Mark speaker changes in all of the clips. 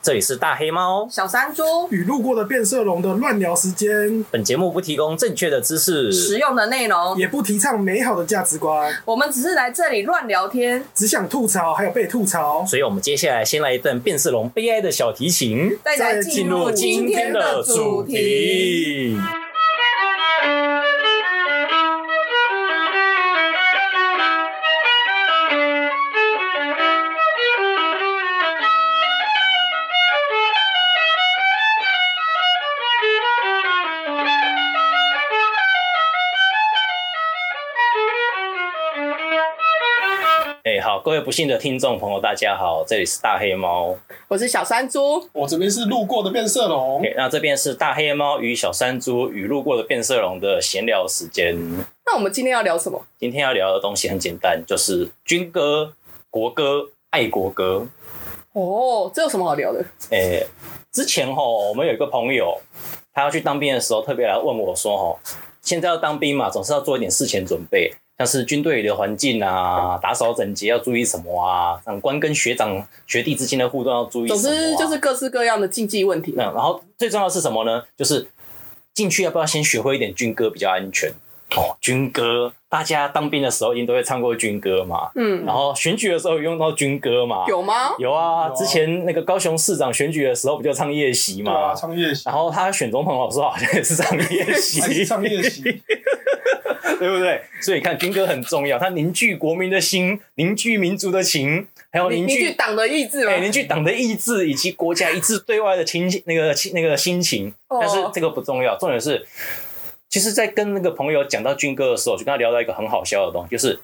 Speaker 1: 这里是大黑猫，
Speaker 2: 小山猪
Speaker 3: 与路过的变色龙的乱聊时间，
Speaker 1: 本节目不提供正确的知
Speaker 2: 实
Speaker 1: 识，
Speaker 2: 用的内容，
Speaker 3: 也不提倡美好的价值观，
Speaker 2: 我们只是来这里乱聊天，
Speaker 3: 只想吐槽，还有被吐槽。
Speaker 1: 所以我们接下来先来一段变色龙悲哀的小提琴，
Speaker 2: 再来
Speaker 3: 再
Speaker 2: 进入今天的主题。。
Speaker 1: 哎、好，各位不幸的听众朋友，大家好，这里是大黑猫。
Speaker 2: 我是小山猪，
Speaker 3: 我这边是路过的变色龙
Speaker 1: OK，那这边是大黑猫与小山猪与路过的变色龙的闲聊时间。
Speaker 2: 那我们今天要聊什么？
Speaker 1: 今天要聊的东西很简单，就是军歌、国歌、爱国歌。
Speaker 2: 哦，这有什么好聊的？
Speaker 1: 诶、之前吼，我们有一个朋友，他要去当兵的时候，特别来问我说，吼，现在要当兵嘛，总是要做一点事前准备，像是军队里的环境啊，打扫整洁要注意什么啊，长官跟学长学弟之间的互动要注意什
Speaker 2: 总
Speaker 1: 么、啊。
Speaker 2: 之就是各式各样的禁忌问题。
Speaker 1: 那然后最重要的是什么呢？就是进去要不要先学会一点军歌比较安全哦。军歌，大家当兵的时候一定都会唱过军歌嘛，
Speaker 2: 嗯，
Speaker 1: 然后选举的时候有用到军歌嘛，
Speaker 2: 有吗？
Speaker 1: 有
Speaker 3: 有
Speaker 1: 啊，
Speaker 3: 啊
Speaker 1: 之前那个高雄市长选举的时候不就唱夜袭
Speaker 3: 对
Speaker 1: 嘛
Speaker 3: 啊，，唱夜袭，
Speaker 1: 然后他选总统的时候好像也是唱 夜
Speaker 3: 还是
Speaker 4: 哎
Speaker 1: 袭，
Speaker 3: 唱夜袭，
Speaker 1: 对不对？所以你看军歌很重要，它凝聚国民的心，凝聚民族的情，还有
Speaker 2: 凝
Speaker 1: 凝
Speaker 2: 聚
Speaker 1: 聚。
Speaker 2: 党的意志吗
Speaker 1: 哎，？凝聚党的意志以及国家一致对外的情那个那个心情，
Speaker 2: 哦
Speaker 1: 但是这个不重要，重点是，其实，在跟那个朋友讲到军歌的时候，我就跟他聊到一个很好笑的东西，就是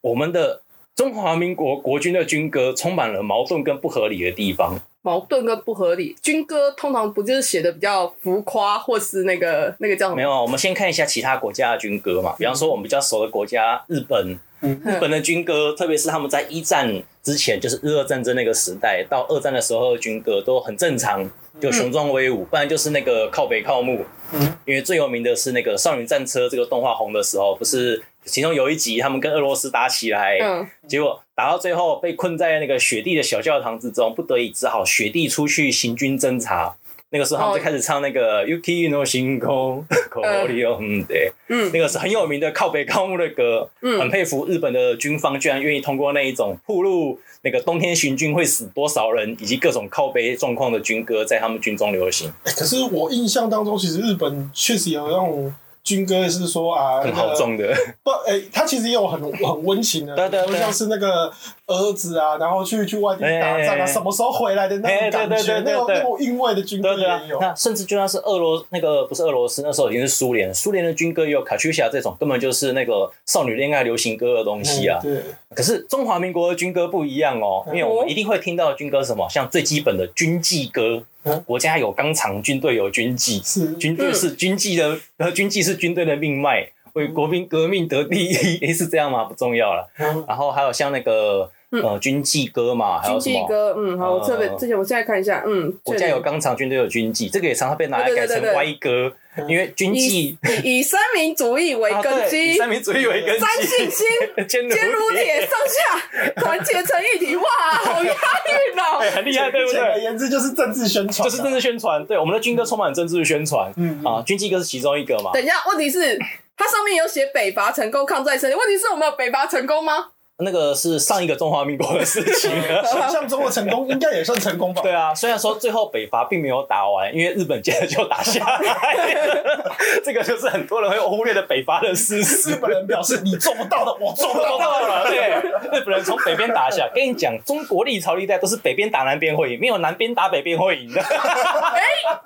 Speaker 1: 我们的中华民国国军的军歌充满了矛盾跟不合理的地方。
Speaker 2: 矛盾跟不合理，军歌通常不就是写的比较浮夸，或是那个那个叫什
Speaker 1: 没
Speaker 2: 么？
Speaker 1: 有，啊我们先看一下其他国家的军歌嘛，比方说我们比较熟的国家日本，
Speaker 3: 嗯
Speaker 1: 日本的军歌，特别是他们在一战之前，就是日俄战争那个时代，到二战的时候的军歌都很正常，就雄壮威武，不然就是那个靠北靠木，
Speaker 3: 嗯
Speaker 1: 因为最有名的是那个《少女战车》这个动画红的时候，不是其中有一集他们跟俄罗斯打起来，
Speaker 2: 嗯，
Speaker 1: 结果打到最后被困在那个雪地的小教堂之中，不得已只好雪地出去行军侦察。那个时候他们
Speaker 2: 哦
Speaker 1: 就开始唱那个 Yuki no 星 空 k o r i o 嗯，对，
Speaker 2: 嗯
Speaker 1: 那个是很有名的靠北靠木的歌，
Speaker 2: 嗯
Speaker 1: 很佩服日本的军方居然愿意通过那一种铺路那个冬天行军会死多少人以及各种靠北状况的军歌在他们军中流行，
Speaker 4: 欸可是我印象当中，其实日本确实有那种军歌，是说啊，
Speaker 1: 很
Speaker 4: 那
Speaker 1: 豪
Speaker 4: 个
Speaker 1: 壮的。
Speaker 4: 不，哎、它其实也有很很温情的，
Speaker 1: 对对对
Speaker 4: 就像是那个儿子啊，然后去去外地打仗
Speaker 1: 哎哎哎
Speaker 4: 啊，什么时候回来的那
Speaker 1: 哎对
Speaker 4: 种感觉，
Speaker 1: 对对
Speaker 4: 那种
Speaker 1: 对对
Speaker 4: 那种韵味的军歌
Speaker 1: 对对啊
Speaker 4: 也有，。
Speaker 1: 那甚至就算是俄罗那个不是俄罗斯，那时候已经是苏联，苏联的军歌也有卡秋莎这种，根本就是那个少女恋爱流行歌的东西啊
Speaker 4: 嗯。对，嗯
Speaker 1: 可是中华民国的军歌不一样哦，因为我们一定会听到的军歌是什么，像最基本的军纪歌
Speaker 4: 嗯，
Speaker 1: 国家有纲常，军队有军纪，
Speaker 4: 是
Speaker 1: 军 队是军纪的，呃，军纪是军队的命脉，为国民革命得第一， 诶是这样吗？不重要了。
Speaker 4: 嗯
Speaker 1: 然后还有像那个呃军纪歌嘛，还
Speaker 2: 军
Speaker 1: 有什
Speaker 2: 纪
Speaker 1: 么？
Speaker 2: 歌，嗯，好，我这边
Speaker 1: 呃
Speaker 2: 这些我现在看一下，嗯，
Speaker 1: 国家有纲常，军队有军纪，这个也常常被拿来
Speaker 2: 对
Speaker 1: 改
Speaker 2: 对对
Speaker 1: 成
Speaker 2: 对
Speaker 1: 歪歌，
Speaker 4: 嗯
Speaker 1: 因为军纪
Speaker 2: 这里以以生民主义为
Speaker 1: 啊
Speaker 2: 根
Speaker 1: 对以
Speaker 2: 哎基，
Speaker 1: 三民主义为根
Speaker 2: 三信
Speaker 1: 基，
Speaker 2: 心。
Speaker 1: 坚
Speaker 2: 坚如
Speaker 1: 铁，
Speaker 2: 铁，上下团结成一体，哇，好押韵
Speaker 1: 哎，
Speaker 2: 哦！
Speaker 1: 很厉害，对不
Speaker 4: 简而
Speaker 1: 对？
Speaker 4: 言之就是政治宣传啊，
Speaker 1: 就是政治宣传，对我们的军歌充满政治宣传
Speaker 4: 嗯嗯
Speaker 1: 啊，军纪歌是其中一个嘛。
Speaker 2: 等一下，问题是它上面有写北伐成功，抗战胜利，问题是我们有北伐成功吗？
Speaker 1: 那个是上一个中华民国的事 情了。
Speaker 4: 想象中的成功，应该也算成功吧？
Speaker 1: 对啊，虽然说最后北伐并没有打完，因为日本接着就打下来了， 这个就是很多人会忽略的北伐的事实。
Speaker 4: 日本人表示你做不到的，我做不
Speaker 1: 都
Speaker 4: 到。
Speaker 1: 到了，对，日本人从北边打下。跟你讲，中国历朝历代都是北边打南边会赢，没有南边打北边会赢的。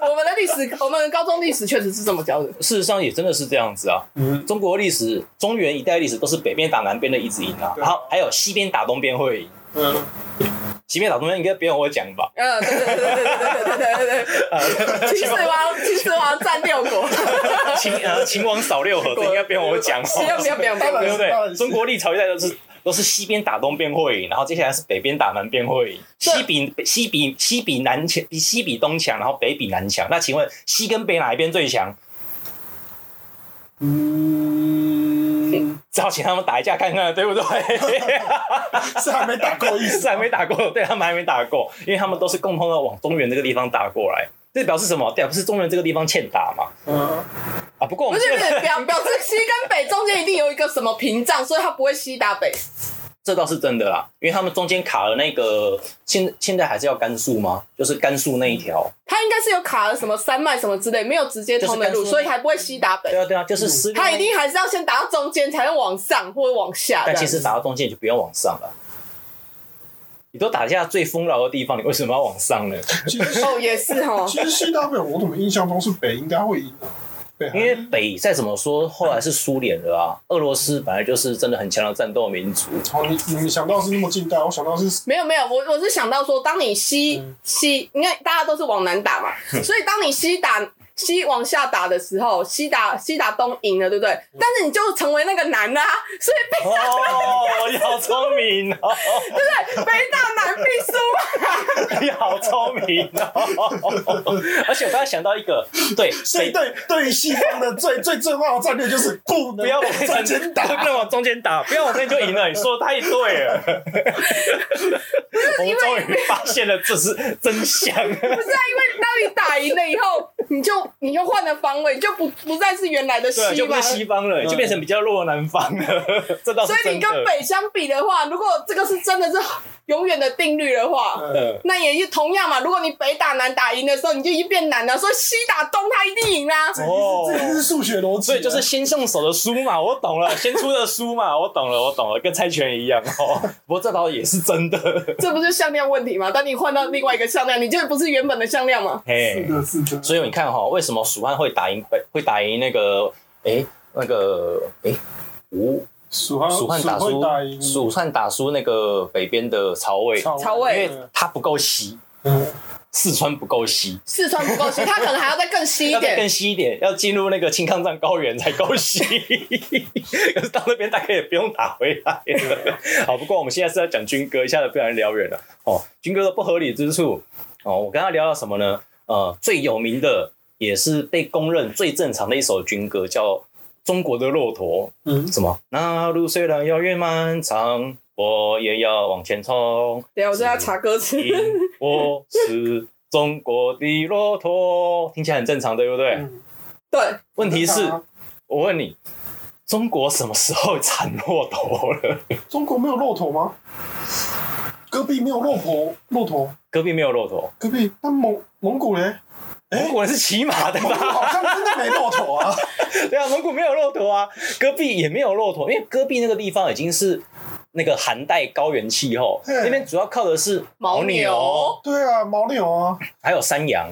Speaker 2: 我们的历史，我们高中历史确实是这么教的。
Speaker 1: 事实上也真的是这样子啊。
Speaker 4: 嗯，
Speaker 1: 中国历史，中原一带历史都是北边打南边的一直赢啊，
Speaker 4: 对
Speaker 1: 然后还有西边打东边会赢。
Speaker 4: 嗯，
Speaker 1: 西边打东边应该不用我讲 吧？
Speaker 2: 嗯，对对对对对对对对对对，秦始皇，秦始皇占六国，
Speaker 1: 秦呃秦王扫六合，这应该不用我讲。
Speaker 2: 不要不要不要不要不
Speaker 1: 对
Speaker 2: 要
Speaker 1: 不！对？中国历朝历代都是都是西边打东边会赢，然后接下来是北边打南边会赢，
Speaker 2: 对
Speaker 1: 西比西比西比南强，比西比东强，然后北比南强。那请问西跟北哪一边最强？
Speaker 4: 嗯，
Speaker 1: 只好请他们打一架看看，对 不对？
Speaker 4: 是还没打够意思
Speaker 1: 是还没打过，对他们还没打过，因为他们都是共同的往中原这个地方打过来。这表示什么？表示中原这个地方欠打嘛？
Speaker 4: 嗯，
Speaker 1: 啊，不过我
Speaker 2: 不
Speaker 1: 们
Speaker 2: 是
Speaker 1: 这
Speaker 2: 不是，
Speaker 1: 个
Speaker 2: 表表示西跟北中间一定有一个什么屏障，所以它不会西打北。
Speaker 1: 这倒是真的啦，因为他们中间卡了那个，现现在还是要甘肃吗？就是甘肃那一条。
Speaker 2: 它应该是有卡了什么山脉什么之类，没有直接通的
Speaker 1: 就是甘
Speaker 2: 路，
Speaker 1: 肃
Speaker 2: 所以才不会西打北
Speaker 1: 对。啊，对啊，就是失
Speaker 2: 它一定还是要先打到中间，才能往上或者往下。
Speaker 1: 但
Speaker 2: 这样
Speaker 1: 其实打到中间你就不用往上了。你都打下最丰饶的地方，你为什么要往 上呢？
Speaker 4: 其实，
Speaker 2: 哦，也是哦
Speaker 4: 其实西大北，我怎么印象中是北应该会赢啊？北韩
Speaker 1: 因为北再怎么说，后来是苏联的啊，俄罗斯本来就是真的很强的战斗民族。
Speaker 4: 好，哦你你们想到是那么近代，我想到是
Speaker 2: 没有没有，我我是想到说，当你西
Speaker 4: 嗯
Speaker 2: 西，因为大家都是往南打嘛，所以当你西打西往下打的时候，西打西打东赢了，对不对？但是你就成为那个南啦、所以北
Speaker 1: 哦，你好聪明哦，
Speaker 2: 对北打南必输啊嘛。
Speaker 1: 你好聪明 哦！而且我刚才想到一个，对，
Speaker 4: 所以对对于西方的最最最坏的战略就是不能
Speaker 1: 不要往
Speaker 4: 往中间
Speaker 1: 不
Speaker 4: 打。
Speaker 1: 能往中间打，不要往中间就赢了。你说的太对 了，我们终于发现了这是真相。
Speaker 2: 不 是啊，因为当你打赢了以后，你就你就换了方位，就不不再是原来的西
Speaker 1: 对，就不
Speaker 2: 嘛。
Speaker 1: 是西方了，就变成比较弱的南方了。 这倒是
Speaker 2: 所以
Speaker 1: 真
Speaker 2: 你
Speaker 1: 的。
Speaker 2: 跟北相比的话，如果这个是真的是永远的定律的话，
Speaker 4: 嗯
Speaker 2: 那也是同样嘛。如果你北打南打赢的时候，你就已经变南了，所以西打东它一定赢啊 啦、
Speaker 1: 哦
Speaker 4: 这一定是数学逻辑啊，
Speaker 1: 所以就是先上手的输嘛，我懂 了，先出的输嘛，我懂了，我懂了，跟猜拳一样哦。 不过这倒也是真的，
Speaker 2: 这不是向量问题吗？当你换到另外一个向量，你就不是原本的向量吗？
Speaker 1: 嘿
Speaker 4: 是。的，是的。
Speaker 1: 所以你看哈、为什么蜀汉会打赢北，会打赢那个诶那个诶吴
Speaker 4: 蜀汉
Speaker 1: 啊蜀汉打
Speaker 4: 会打
Speaker 1: 输
Speaker 4: 赢
Speaker 1: 蜀汉打输那个北边的曹魏，
Speaker 2: 曹
Speaker 1: 因
Speaker 2: 魏
Speaker 1: 为他不够西，
Speaker 4: 嗯
Speaker 1: 四川不够西，
Speaker 2: 四川不够西，它可能还要再更西 一
Speaker 1: 要再
Speaker 2: 点
Speaker 1: 更。西一点，要进入那个青藏藏高原才够 西。可是到那边大概也不用打回来了。好，不过我们现在是要讲军歌，一下子不然聊远了。哦，军歌的不合理之处，哦，我跟他聊到什么呢？呃，最有名的也是被公认最正常的一首军歌叫《中国的骆驼》。
Speaker 4: 嗯，
Speaker 1: 什么？那路虽然遥远漫长，我也要往前冲。
Speaker 2: 对，我正在查歌 词。
Speaker 1: 因我是中国的骆驼，听起来很正常，对不对？
Speaker 4: 嗯
Speaker 2: 对，
Speaker 1: 问题
Speaker 4: 正
Speaker 1: 是
Speaker 4: 常啊，
Speaker 1: 我问你，中国什么时候产骆驼了？
Speaker 4: 中国没有骆驼吗？戈壁没有骆驼，骆驼
Speaker 1: 隔壁没有骆 驼，
Speaker 4: 戈壁，那蒙蒙古嘞？
Speaker 1: 蒙古人哎是骑马的
Speaker 4: 蒙古
Speaker 1: 吧？
Speaker 4: 好像真的没骆驼啊。
Speaker 1: 对啊，蒙古没有骆驼啊，戈壁也没有骆驼，因为戈壁那个地方已经是那个寒带高原气候，
Speaker 4: 嗯
Speaker 1: 那边主要靠的是牦
Speaker 2: 牦牛
Speaker 4: 对啊，牦牛啊。
Speaker 1: 还有山羊。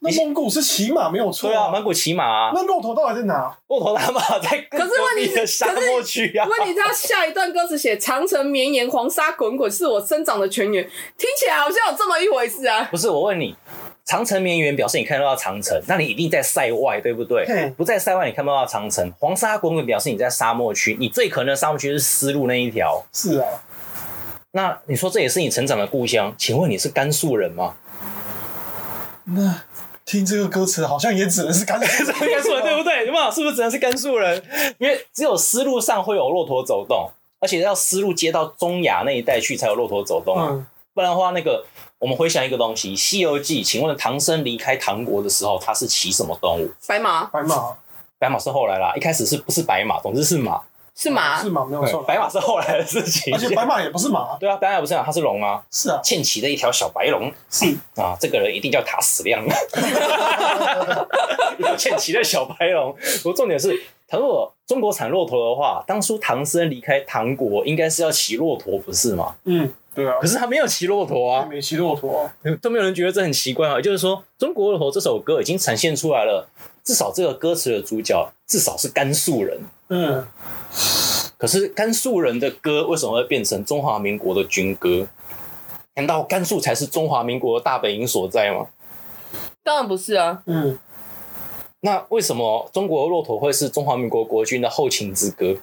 Speaker 4: 那蒙古是骑马没有错
Speaker 1: 对啊，蒙古骑马、啊。
Speaker 4: 那骆驼到底在哪？
Speaker 1: 骆驼他马在更
Speaker 2: 可是问题
Speaker 1: 隔壁的
Speaker 2: 是
Speaker 1: 沙漠区啊，
Speaker 2: 问题是他下一段歌词写“长城绵延，黄沙滚滚，是我生长的泉源”，听起来好像有这么一回事啊。
Speaker 1: 不是我问你，长城绵延表示你看得到长城，那你一定在塞外，对不对？
Speaker 4: 嘿
Speaker 1: 不在塞外你看不到长城，黄沙滚滚表示你在沙漠区，你最可能的沙漠区是丝路那一条。
Speaker 4: 是啊，
Speaker 1: 那你说这也是你成长的故乡，请问你是甘肃人吗？
Speaker 4: 那听这个歌词好像也只能是甘肃人，
Speaker 1: 甘肃人 对不对？有没有？是不是只能是甘肃人？因为只有丝路上会有骆驼走动，而且要丝路接到中亚那一带去才有骆驼走动啊。
Speaker 4: 嗯，
Speaker 1: 不然的话，那个我们回想一个东西，《西游记》，请问唐僧离开唐国的时候，他是骑什么动物？
Speaker 2: 白马
Speaker 4: 白马
Speaker 1: 白马是后来啦，一开始是不是白马？总之是马，
Speaker 2: 是马
Speaker 4: 哦是，马没有错，
Speaker 1: 白马是后来的事情。
Speaker 4: 而且白马也不是马，
Speaker 1: 对啊，白马不是马，它是龙啊，
Speaker 4: 是啊，
Speaker 1: 欠骑的一条小白龙
Speaker 4: 是
Speaker 1: 啊，这个人一定叫塔矢亮， 一条欠骑的小白龙。不过重点是，倘若中国产骆驼的话，当初唐僧离开唐国，应该是要骑骆驼，不是吗？
Speaker 4: 嗯，对啊
Speaker 1: 可，是他没有骑骆驼啊，
Speaker 4: 没骑骆驼，
Speaker 1: 都没有人觉得这很奇怪啊。也就是说，《中国骆驼》这首歌已经呈现出来了，至少这个歌词的主角至少是甘肃人。
Speaker 4: 嗯，
Speaker 1: 可是甘肃人的歌为什么会变成中华民国的军歌？难道甘肃才是中华民国的大本营所在吗？
Speaker 2: 当然不是啊。
Speaker 4: 嗯，
Speaker 1: 那为什么中国骆驼会是中华民国国军的后勤之歌？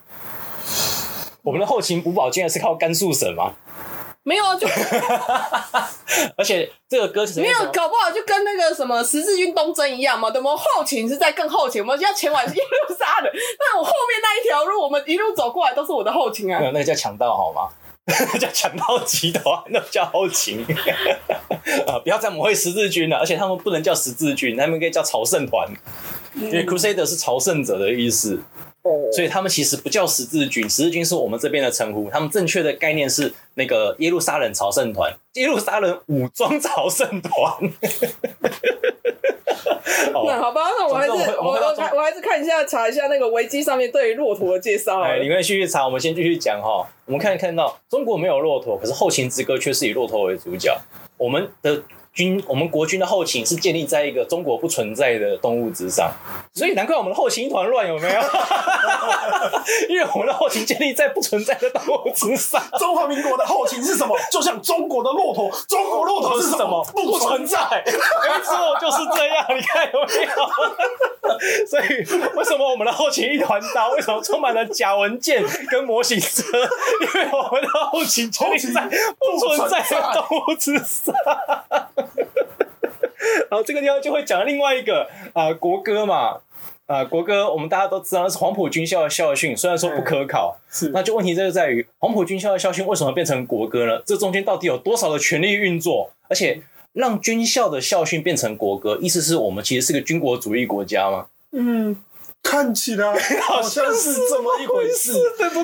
Speaker 1: 我们的后勤补保竟然是靠甘肃省吗？
Speaker 2: 没有啊，就
Speaker 1: 而且这个歌其实
Speaker 2: 没
Speaker 1: 为什
Speaker 2: 有，
Speaker 1: 么
Speaker 2: 搞不好就跟那个什么十字军东征一样嘛。等我们后勤是在更后勤，我们要前往一路杀的。但我后面那一条路，我们一路走过来都是我的后勤
Speaker 1: 没
Speaker 2: 啊。
Speaker 1: 有那个叫强盗好吗？ 叫强盗集团，那叫后勤 啊！不要再抹黑十字军了，而且他们不能叫十字军，他们应该叫朝圣团，因为 Crusader 是朝圣者的意思，
Speaker 2: 哦，
Speaker 1: 所以他们其实不叫十字军，十字军是我们这边的称呼，他们正确的概念是那个耶路撒冷朝圣团，耶路撒冷武装朝圣团。
Speaker 2: 那
Speaker 1: 哦，
Speaker 2: 好吧，那我还是
Speaker 1: 总之我
Speaker 2: 我
Speaker 1: 们我
Speaker 2: 我
Speaker 1: 们
Speaker 2: 还我还是看一下查一下那个维基上面对于骆驼的介绍好了。
Speaker 1: 哎，你可以继续查，我们先继续讲哈。我们看看到中国没有骆驼，可是后勤之歌却是以骆驼为主角。我们的军，我们国军的后勤是建立在一个中国不存在的动物之上，所以难怪我们的后勤一团乱，有没有？ 因为我们的后勤建立在不存在的动物之上。
Speaker 4: 中华民国的后勤是什么？就像中国的骆驼，中国骆驼
Speaker 1: 不
Speaker 4: 是
Speaker 1: 是
Speaker 4: 什
Speaker 1: 什
Speaker 4: 么
Speaker 1: 么？
Speaker 4: 不
Speaker 1: 不
Speaker 4: 存
Speaker 1: 存在，哎没错，就是这样，你看有没有？所以为什么我们的后勤一团糟？为什么充满了假文件跟模型车？因为我们的后勤存在不存 在的动物之上。然后这个地方就会讲另外一个啊、呃国歌嘛。啊、国歌我们大家都知道那是黄埔军校的校训，虽然说不可考，
Speaker 4: 是
Speaker 1: 那就问题这就在于黄埔军校的校训为什么变成国歌呢？这中间到底有多少的权力运作？而且让军校的校训变成国歌，意思是我们其实是个军国主义国家吗？
Speaker 4: 嗯，看起来好像是这么一回事，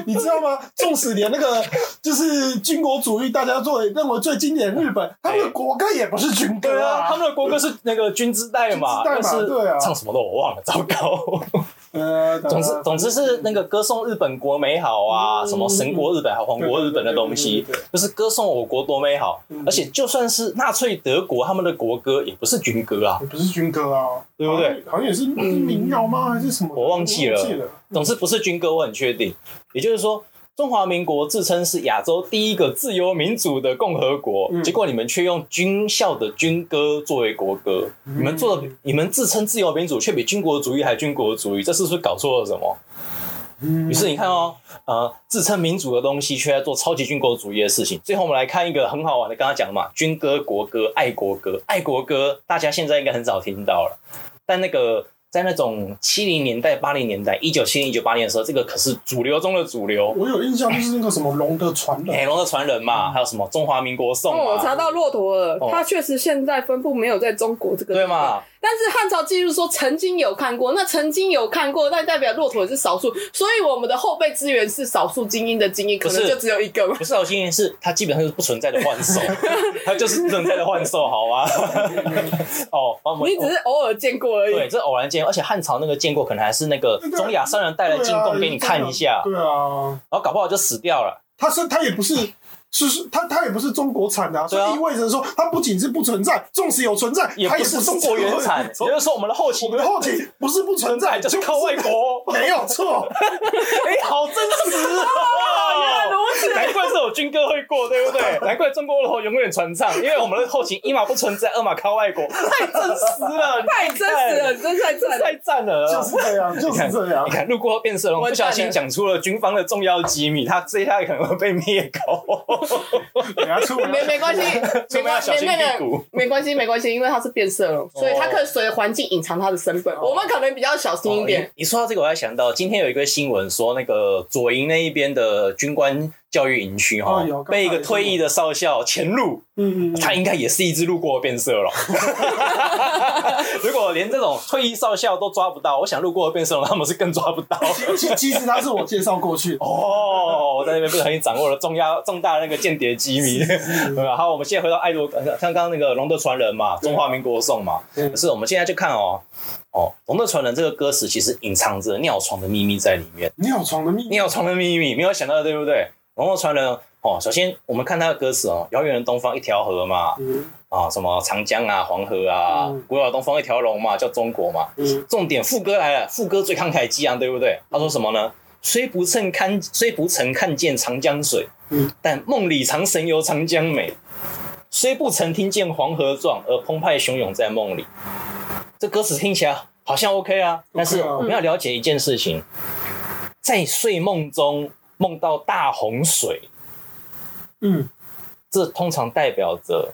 Speaker 4: 你知道吗？纵使连那个就是军国主义大家作为认为最经典的日本，他们的国歌也不是军歌
Speaker 1: 对啊，他
Speaker 4: 啊。
Speaker 1: 们的国歌是那个军姿带嘛，
Speaker 4: 军
Speaker 1: 但
Speaker 4: 姿带嘛
Speaker 1: 是
Speaker 4: 对啊
Speaker 1: 唱什么的我忘了，糟糕。
Speaker 4: 呃，
Speaker 1: 总之，总之是那个歌颂日本国美好啊，什么神国日本还有皇国日本的东西
Speaker 4: 对对对对，
Speaker 1: 就是歌颂我国多美好。而且就算是纳粹德国，他们的国歌也不是军歌啊。
Speaker 4: 也不是军歌啊，
Speaker 1: 对不对
Speaker 4: 好像？好像也是民谣吗？还是什么？
Speaker 1: 我忘记了
Speaker 4: 我忘记了。
Speaker 1: 总之不是军歌，我很确定。也就是说，中华民国自称是亚洲第一个自由民主的共和国，
Speaker 4: 嗯
Speaker 1: 结果你们却用军校的军歌作为国歌，你们做的，你们自称自由民主，却比军国主义还军国主义，这是不是搞错了什么？于是你看哦，呃，自称民主的东西，却在做超级军国主义的事情。最后我们来看一个很好玩的，刚刚讲嘛，军歌、国歌、爱国歌、爱国歌，大家现在应该很少听到了。但那个在那种七零年代、八零年代、一九七零、一九八零的时候，这个可是主流中的主流。
Speaker 4: 我有印象，就是那个什么龙的传人
Speaker 1: 美，龙的传人嘛，还有什么中华民国颂
Speaker 2: 嗯
Speaker 1: 啊
Speaker 2: 哦，我查
Speaker 1: 嘛，
Speaker 2: 到骆驼了，
Speaker 1: 哦
Speaker 2: 它确实现在分布没有在中国这个地
Speaker 1: 对
Speaker 2: 方。
Speaker 1: 嘛？
Speaker 2: 但是汉朝记录说曾经有看过，那曾经有看过，但代表骆驼也是少数，所以我们的后备资源是少数精英的精英，可
Speaker 1: 不是
Speaker 2: 能就只有一个嘛。
Speaker 1: 不是好心人，是它基本上就是不存在的幻 兽，它就是不存在的幻兽，好吗？哦，帮我们
Speaker 2: 你只是偶尔见过而
Speaker 1: 对，
Speaker 2: 已。
Speaker 1: 这偶然见，而且汉朝那个见过，可能还是那个
Speaker 4: 对啊
Speaker 1: 中亚商人带来进贡给你看一下，
Speaker 4: 对啊，
Speaker 1: 然后搞不好就死掉了。
Speaker 4: 他是他也不是。是是，它它也不是中国产的、啊，所
Speaker 1: 对啊
Speaker 4: 以意味着说，它不仅是不存在，纵使有存在，
Speaker 1: 也
Speaker 4: 它
Speaker 1: 不
Speaker 4: 也
Speaker 1: 是
Speaker 4: 是
Speaker 1: 中国原 产，也
Speaker 4: 中
Speaker 1: 就
Speaker 4: 国
Speaker 1: 是说我们的后勤
Speaker 4: 我们的后勤不是不存在，
Speaker 1: 就是靠外国。
Speaker 4: 没有 错。
Speaker 1: 哎，好真实哦！
Speaker 2: 原啊来 如此
Speaker 1: 难怪这首军歌会过，对不对？难怪中国骆驼永远传唱，因为我们的后勤一码不存在，二码靠 外国，太真实了，
Speaker 2: 太真实了，，真太
Speaker 1: 这
Speaker 2: 赞了！
Speaker 1: 太赞了，
Speaker 4: 就是这样，就
Speaker 1: 你看
Speaker 4: 是这样
Speaker 1: 你。看，路过变色龙
Speaker 2: 完
Speaker 1: 不小
Speaker 2: 蛋
Speaker 1: 心
Speaker 2: 了
Speaker 1: 讲出了军方的重要机密，他这一下可能会被灭口。
Speaker 4: 等下出门
Speaker 2: 没没关系，
Speaker 1: 所以我们要
Speaker 2: 没关
Speaker 1: 小
Speaker 2: 没
Speaker 1: 心
Speaker 2: 没
Speaker 1: 屁
Speaker 2: 没
Speaker 1: 股。哦
Speaker 2: 没关系，没关系，因为它是变色龙，所以它可以随着环境隐藏它的身份。我们可能比较小心一
Speaker 1: 哦
Speaker 2: 点。
Speaker 1: 你。你说到这个，我才想到今天有一个新闻说，那个左营那一边的军官教育营区哈、
Speaker 4: 哦有刚才
Speaker 1: 被一个退役的少校潜入，
Speaker 4: 嗯嗯嗯，
Speaker 1: 他应该也是一只路过的变色 龙。如果连这种退役少校都抓不到，我想路过的变色龙他们是更抓不到。
Speaker 4: 嗯其其实他是我介绍过去的，
Speaker 1: 哦，我在那边不小心掌握了重要重大的那个间谍机密。对吧？ 好，我们现在回到爱罗，呃像刚刚那个《龙的传人》嘛，《中华民国颂》嘛，
Speaker 4: 嗯
Speaker 1: 可是我们现在就看哦，哦，《龙的传人》这个歌词其实隐藏着尿床的秘密在里面，
Speaker 4: 尿床的秘密。
Speaker 1: 尿床的秘密没有想到，对不对？《龙的传人》哦，首先我们看它的歌词哦，遥远的东方一条河嘛，
Speaker 4: 嗯
Speaker 1: 啊，什么长江啊、黄河啊
Speaker 4: 嗯，
Speaker 1: 古老的东方一条龙嘛，叫中国嘛。
Speaker 4: 嗯
Speaker 1: 重点副歌来了，副歌最慷慨激昂，对不对？他说什么呢？虽不曾看，虽不曾看见长江水，
Speaker 4: 嗯
Speaker 1: 但梦里常神游长江美。虽不曾听见黄河壮，而澎湃汹涌在梦里。这歌词听起来好像 OK 啊，但是
Speaker 4: OK 啊
Speaker 1: 我们要了解一件事情，在睡梦中梦到大洪水，
Speaker 4: 嗯，
Speaker 1: 这通常代表着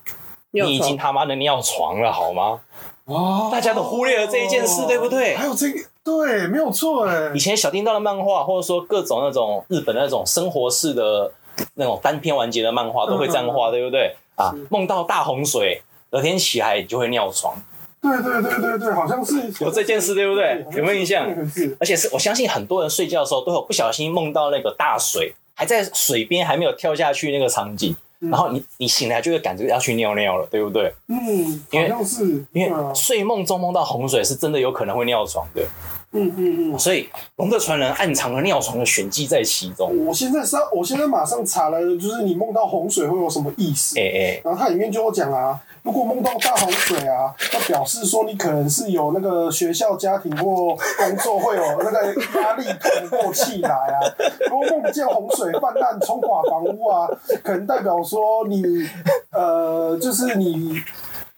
Speaker 2: 你有
Speaker 1: 你已
Speaker 2: 错
Speaker 1: 经他妈的尿床了，好吗？
Speaker 4: 哦
Speaker 1: 大家都忽略了这一件事对不对
Speaker 4: 还有这个，对，没有错哎
Speaker 1: 以。前小叮当的漫画，或者说各种那种日本那种生活式的那种单篇完结的漫画，都会这样画，对不对？啊，梦到大洪水，隔天起来你就会尿床，
Speaker 4: 对对对对对，好像是
Speaker 1: 有这件事对不对？有没有印象？
Speaker 4: 那个是
Speaker 1: 而且是我相信很多人睡觉的时候都有不小心梦到那个大水，还在水边还没有跳下去那个场景，然后你你醒来就会感觉要去尿尿了，对不对？
Speaker 4: 嗯，
Speaker 1: 因
Speaker 4: 好
Speaker 1: 为
Speaker 4: 像是，
Speaker 1: 因
Speaker 4: 对啊
Speaker 1: 为睡梦中梦到洪水是真的有可能会尿床的，
Speaker 4: 嗯嗯
Speaker 1: 所以龙的传人暗藏了尿床的玄机在其中。
Speaker 4: 嗯，我现在上，我现在马上查了，就是你梦到洪水会有什么意思？
Speaker 1: 哎哎，
Speaker 4: 然后它里面就有讲啊，如果梦到大洪水啊，那表示说你可能是有那个学校、家庭或工作会有那个压力透不过气来啊。 如果梦见洪水泛滥冲垮房屋啊，可能代表说你呃，就是你。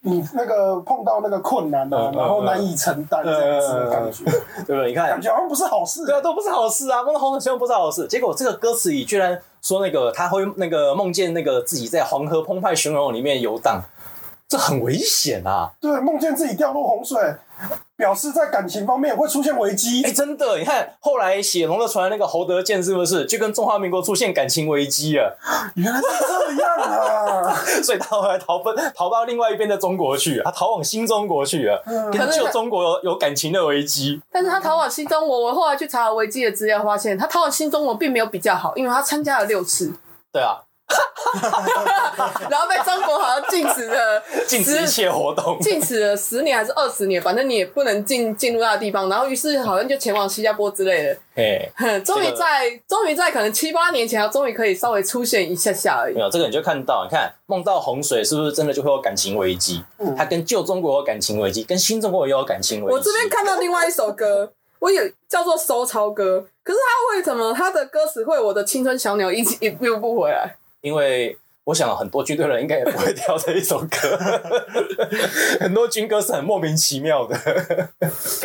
Speaker 4: 你那个碰到那个困难了、
Speaker 1: 嗯嗯嗯
Speaker 4: 然后难以承担这样子的感觉，
Speaker 1: 对不对？你看
Speaker 4: 感，觉好像不是好事、
Speaker 1: 对啊，都不是好事啊，梦到洪水虽然不是好事，结果这个歌词里居然说那个他会那个梦见那个自己在黄河澎湃汹涌里面游荡，这很危险啊！
Speaker 4: 对，梦见自己掉入洪水，表示在感情方面会出现危机。
Speaker 1: 哎、真的，你看后来写《龙的传人》那个侯德健是不是就跟中华民国出现感情危机了？
Speaker 4: 原来是这样啊！
Speaker 1: 所以他后来逃奔逃到另外一边的中国去，他逃往新中国去了，跟旧中国有有感情的危机。
Speaker 2: 但是他逃往新中国，我后来去查了维基的资料，发现他逃往新中国并没有比较好，因为他参加了 六次，
Speaker 1: 对啊，
Speaker 2: 然后被中国好像禁 止了
Speaker 1: 禁止一
Speaker 2: 十
Speaker 1: 切活动。
Speaker 2: 禁止了十年还是二十年，反正你也不能进进入他的地方。然后于是好像就前往新加坡之类的，
Speaker 1: 哎、
Speaker 2: 哼终于
Speaker 1: 这个
Speaker 2: 在终于在可能七八年前，他终于可以稍微出现一下下而已
Speaker 1: 没。有这个你就看到，你看梦到洪水是不是真的就会有感情危机？他跟旧中国有感情危机，跟新中国也有感情危机。
Speaker 2: 嗯我这边看到另外一首歌， 我也叫做《收钞歌》，可是他为什么他的歌词会我的青春小鸟一 直一溜不回来？
Speaker 1: 因为我想很多军队人应该也不会跳这一首 歌，很多军歌是很莫名其妙的。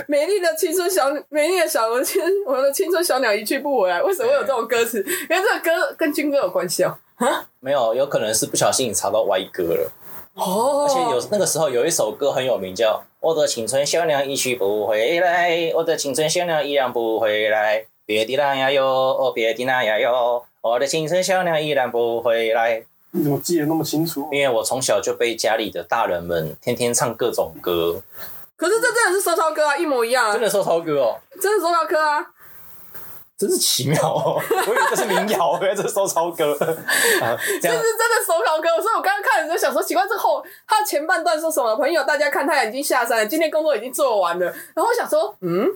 Speaker 2: 美丽的青春小，美丽的小我的青，我的青春小鸟一去不回来。为什么会有这种歌词？因为这个歌跟军歌有关系哦。
Speaker 1: 没有，有可能是不小心你查到歪歌了。
Speaker 2: 哦，
Speaker 1: 而且有那个时候有一首歌很有名，叫《我的青春小鸟一去不回来》，我的青春小鸟依然不回来，别的那呀哟，哦别的那呀哟，我的青春小鸟依然不回来。
Speaker 4: 你怎么记得那么清楚？
Speaker 1: 因为我从小就被家里的大人们天天唱各种歌，
Speaker 2: 可是这真的是收钞歌啊，一模一样啊
Speaker 1: 真，的说超歌哦，
Speaker 2: 真的收钞歌啊。
Speaker 1: 真是奇妙哦！我以为这是民谣， 原来这是说超歌。啊这
Speaker 2: 这
Speaker 1: 样
Speaker 2: 是真的手稿歌，所以我刚刚看的时候想说，奇怪，这后他前半段说什么？朋友，大家看太阳已经下山了，今天工作已经做完了。然后我想说，嗯，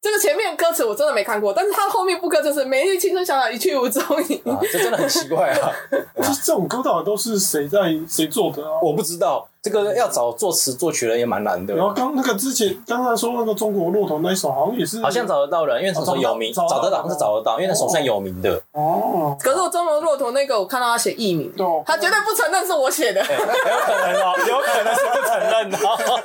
Speaker 2: 这个前面歌词我真的没看过，但是他后面副歌就是“美丽青春小鸟一去无踪影
Speaker 1: 啊，这真的很奇怪啊！
Speaker 4: 就是这种歌到底都是谁在谁做的啊？
Speaker 1: 我不知道这个要找作词作曲人也蛮难的
Speaker 4: 然，后刚那个之前刚才说那个中国骆驼那一首，好像也是
Speaker 1: 好像找得到人，因为那首有名，
Speaker 4: 哦找得
Speaker 1: 找得到
Speaker 4: 到
Speaker 1: 是找得到，因为那首算有名的。
Speaker 4: 哦”，，
Speaker 2: 可是我中文骆驼那个，我看到他写艺名，
Speaker 4: 对哦
Speaker 2: 他绝对不承认是我写的。
Speaker 1: 哎有可能哦，有可能是不承认哦。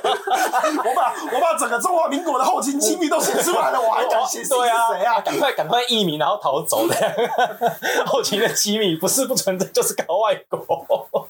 Speaker 4: 我把我把整个中华民国的后勤机密都写出来了，我还敢写谁
Speaker 1: 对
Speaker 4: 是谁啊？
Speaker 1: 赶快赶快译名，然后逃走的。 后勤的机密不是不存在，就是搞外国。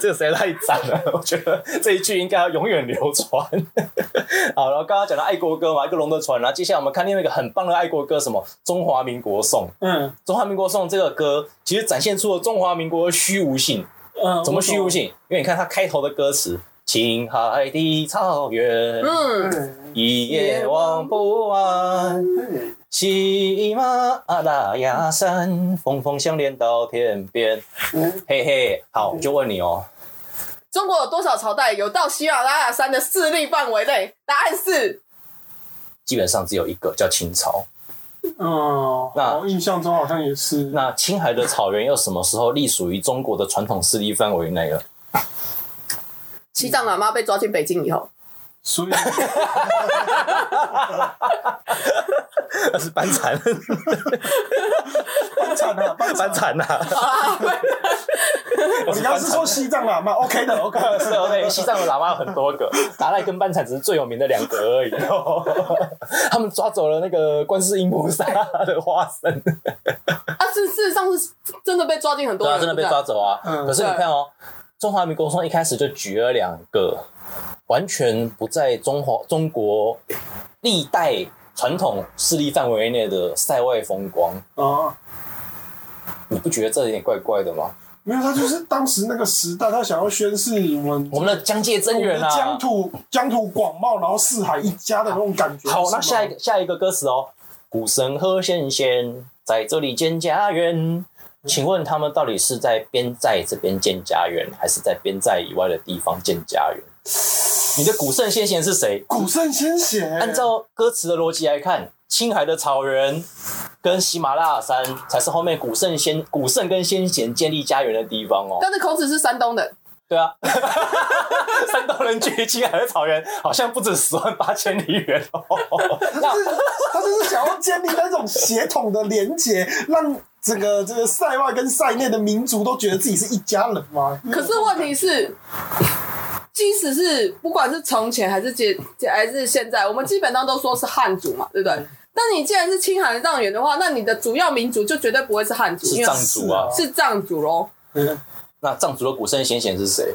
Speaker 1: 这个实在太赞了，我觉得这一句应该要永远流传。 好，然后刚刚讲到爱国歌嘛，一个龙的传，然啊后接下来我们看另外一个很棒的爱国歌，什么《中华民国颂》。
Speaker 4: 嗯
Speaker 1: 《中华民国颂》这个歌其实展现出了中华民国的虚无性。
Speaker 4: 嗯，
Speaker 1: 怎么虚无性？因为你看它开头的歌词：“青海的草原，
Speaker 4: 对？
Speaker 2: 嗯，
Speaker 1: 一夜望不完，
Speaker 4: 对，
Speaker 1: 喜马拉雅山，峰峰相连到天边。
Speaker 4: 嗯”
Speaker 1: 嘿嘿，好，我就问你哦，
Speaker 2: 中国有多少朝代有到喜马拉雅山的势力范围内？答案是
Speaker 1: 基本上只有一个叫清朝。
Speaker 4: 嗯，
Speaker 1: 那
Speaker 4: 我印象中好像也是，
Speaker 1: 那青海的草原又什么时候隶属于中国的传统势力范围内了？
Speaker 2: 西藏喇嘛被抓进北京以 后。
Speaker 4: 所以
Speaker 1: 那 是班禅，
Speaker 4: 班禅啊，班禅
Speaker 1: 班，禅呐、啊。
Speaker 4: 你刚刚是说西藏喇嘛？OK 的，OK 的，
Speaker 1: 是哦，对，西藏的喇嘛有很多个，达赖跟班禅只是最有名的两个而已。他们抓走了那个观世音菩萨的化身，
Speaker 2: 啊，是事实上是真的被抓进很多
Speaker 1: 对啊，
Speaker 2: 人，
Speaker 1: 真的被
Speaker 2: 对不对
Speaker 1: 抓走啊。
Speaker 4: 嗯
Speaker 1: 可是你看哦，中华民国从一开始就举了两个完全不在中华中国历代传统势力范围内的塞外风光，
Speaker 4: 啊，
Speaker 1: 你不觉得这有点怪怪的吗？
Speaker 4: 没有，他就是当时那个时代，他想要宣示我们
Speaker 1: 我们的疆界
Speaker 4: 我
Speaker 1: 增
Speaker 4: 们
Speaker 1: 远
Speaker 4: 的疆
Speaker 1: 啊！
Speaker 4: 土疆土广袤，然后四海一家的那种感觉。
Speaker 1: 好，
Speaker 4: 是吗
Speaker 1: 那下一个下一个歌词哦，古神和仙仙在这里建家园。请问他们到底是在边寨这边建家园，还是在边寨以外的地方建家园？你的古圣先贤是谁？
Speaker 4: 古圣先贤，
Speaker 1: 按照歌词的逻辑来看，青海的草原跟喜马拉雅山才是后面古圣先古圣跟先贤建立家园的地方哦。
Speaker 2: 但是孔子是山东人，
Speaker 1: 对啊， 山东人距离青海的草原好像不止十万八千里远哦。 那
Speaker 4: 他就是想要建立那种血统的连结，让整个这个塞外跟塞内的民族都觉得自己是一家人嘛。
Speaker 2: 可是问题是。即使是不管是从前还是解还是现在，我们基本上都说是汉族嘛，对不对？
Speaker 1: 嗯
Speaker 2: 但你既然是清寒藏人的话，那你的主要民族就绝对不会是汉族，
Speaker 1: 是
Speaker 2: 因为
Speaker 1: 藏族啊，
Speaker 2: 是藏族喽。
Speaker 4: 嗯
Speaker 1: 那藏族的古圣先贤是谁？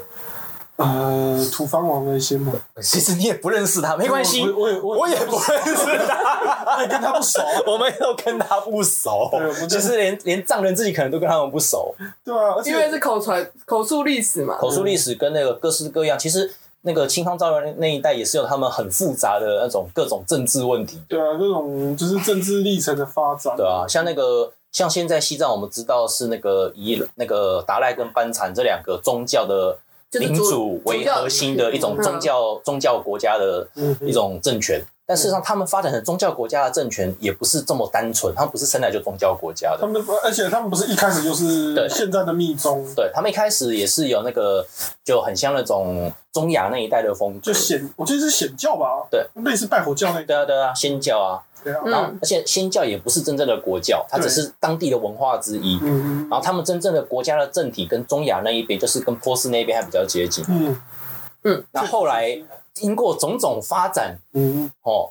Speaker 4: 呃，土方王的先嘛，
Speaker 1: 其实你也不认识他，没关系，
Speaker 4: 我我也我
Speaker 1: 我也不认识他，
Speaker 4: 我也跟他不熟，
Speaker 1: 我们都跟他不熟
Speaker 4: 对我们，
Speaker 1: 其实连连藏人自己可能都跟他们不熟。
Speaker 4: 对啊，而
Speaker 2: 因为
Speaker 4: 且
Speaker 2: 是口传口述历史嘛，
Speaker 1: 口述历史跟那个各式各样，其实那个清康造人那一代也是有他们很复杂的那种各种政治问题，
Speaker 4: 对啊，这种就是政治历程的发展，
Speaker 1: 对啊，像那个像现在西藏，我们知道是那个以那个达赖跟班禅这两个宗教的
Speaker 2: 就是
Speaker 1: 民
Speaker 2: 主
Speaker 1: 主
Speaker 2: 主
Speaker 1: 为
Speaker 2: 教嗯
Speaker 1: 核心的一种宗教宗教国家的
Speaker 4: 嗯
Speaker 1: 一种政权。但事实上，他们发展成宗教国家的政权也不是这么单纯，他们不是生来就宗教国家的
Speaker 4: 他。们而且他们不是一开始就是
Speaker 1: 对
Speaker 4: 现在的密宗，
Speaker 1: 对他们一开始也是有那个，就很像那种中亚那一带的风格，
Speaker 4: 就显我记得是显教吧，
Speaker 1: 对，
Speaker 4: 类似拜火教那个，
Speaker 1: 对啊对啊，仙教啊，
Speaker 4: 对啊，
Speaker 2: 嗯
Speaker 1: 然后而且仙教也不是真正的国教，它只
Speaker 4: 对
Speaker 1: 是当地的文化之一。
Speaker 4: 嗯
Speaker 1: 然后他们真正的国家的政体跟中亚那一边，就是跟波斯那一边还比较接近。
Speaker 4: 嗯
Speaker 1: 那后来经过种种发展，
Speaker 4: 嗯
Speaker 1: 哦，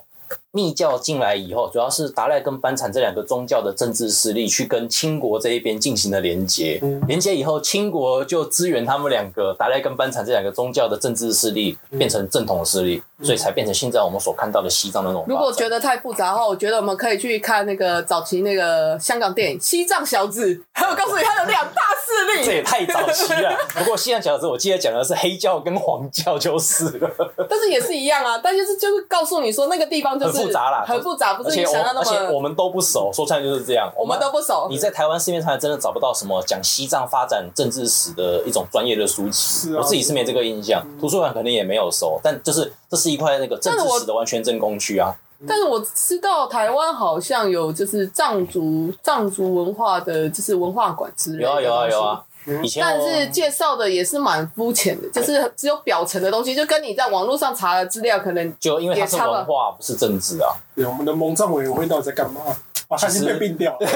Speaker 1: 密教进来以后，主要是达赖跟班禅这两个宗教的政治势力去跟清国这一边进行了连接。
Speaker 4: 嗯
Speaker 1: 连接以后，清国就支援他们两个达赖跟班禅这两个宗教的政治势力变成正统势力，所以才变成现在我们所看到的西啊藏的那种发展。
Speaker 2: 如果觉得太复杂的话，我觉得我们可以去看那个早期那个香港电影《西藏小子》， 还有告诉你他有两大势
Speaker 1: 这
Speaker 2: 力，
Speaker 1: 也太早期了。不过西藏小子，我记得讲的是黑教跟黄教就是了，
Speaker 2: 但是也是一样啊。但就是就是告诉你说那个地方就是
Speaker 1: 很复杂啦
Speaker 2: 很复杂，不
Speaker 1: 而
Speaker 2: 是
Speaker 1: 且
Speaker 2: 你
Speaker 1: 我
Speaker 2: 想象
Speaker 1: 而且
Speaker 2: 那
Speaker 1: 我
Speaker 2: 么。
Speaker 1: 们都不熟，说穿就是这样，
Speaker 2: 我们都不熟
Speaker 1: 你，在台湾市面上还真的找不到什么讲西藏发展政治史的一种专业的书籍，
Speaker 4: 是啊
Speaker 1: 我自己是没这个印象，图书馆肯定也没有收，但就是这是一块那个政
Speaker 2: 但是
Speaker 1: 治
Speaker 2: 我
Speaker 1: 史的完全真空区啊，
Speaker 2: 但是我知道台湾好像有就是藏族藏族文化的就是文化馆之类的
Speaker 1: 有啊有啊有啊
Speaker 4: 嗯，
Speaker 1: 以前
Speaker 2: 但
Speaker 1: 我
Speaker 2: 是介绍的也是蛮肤浅的，就是只有表层的东西，就跟你在网络上查的资料可能
Speaker 1: 就因为它是
Speaker 2: 也差不
Speaker 1: 文化不是政治啊，
Speaker 4: 对，我们的蒙藏委员会到底在干嘛？啊，他已经被并掉了。
Speaker 1: 他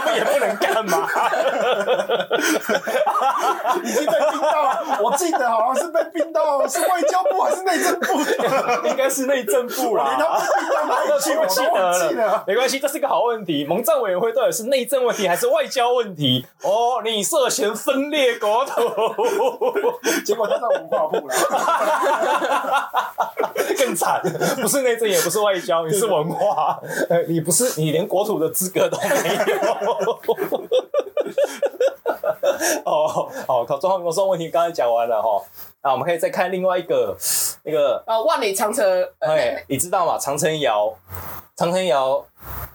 Speaker 1: 们也不能干嘛，
Speaker 4: 已经被冰到了，我记得好像是被冰到，是外交部还是内政部？
Speaker 1: 应该是内政部
Speaker 4: 我连他
Speaker 1: 啦。
Speaker 4: 被冰到哪里去我都忘记了。
Speaker 1: 没关系，这是个好问题。蒙藏委员会到底是内政问题还是外交问题？哦，你涉嫌分裂国土，
Speaker 4: 结果他在文化部了，
Speaker 1: 更惨，不是内政也不是外交，你是文化，呃，你不是你连国土的资格都没有。哦，好，中华民国送问题刚才讲完了哈，啊，我们可以再看另外一个那个，
Speaker 2: 呃万里长城，呃
Speaker 1: 哎，你知道吗？长城谣，长城谣。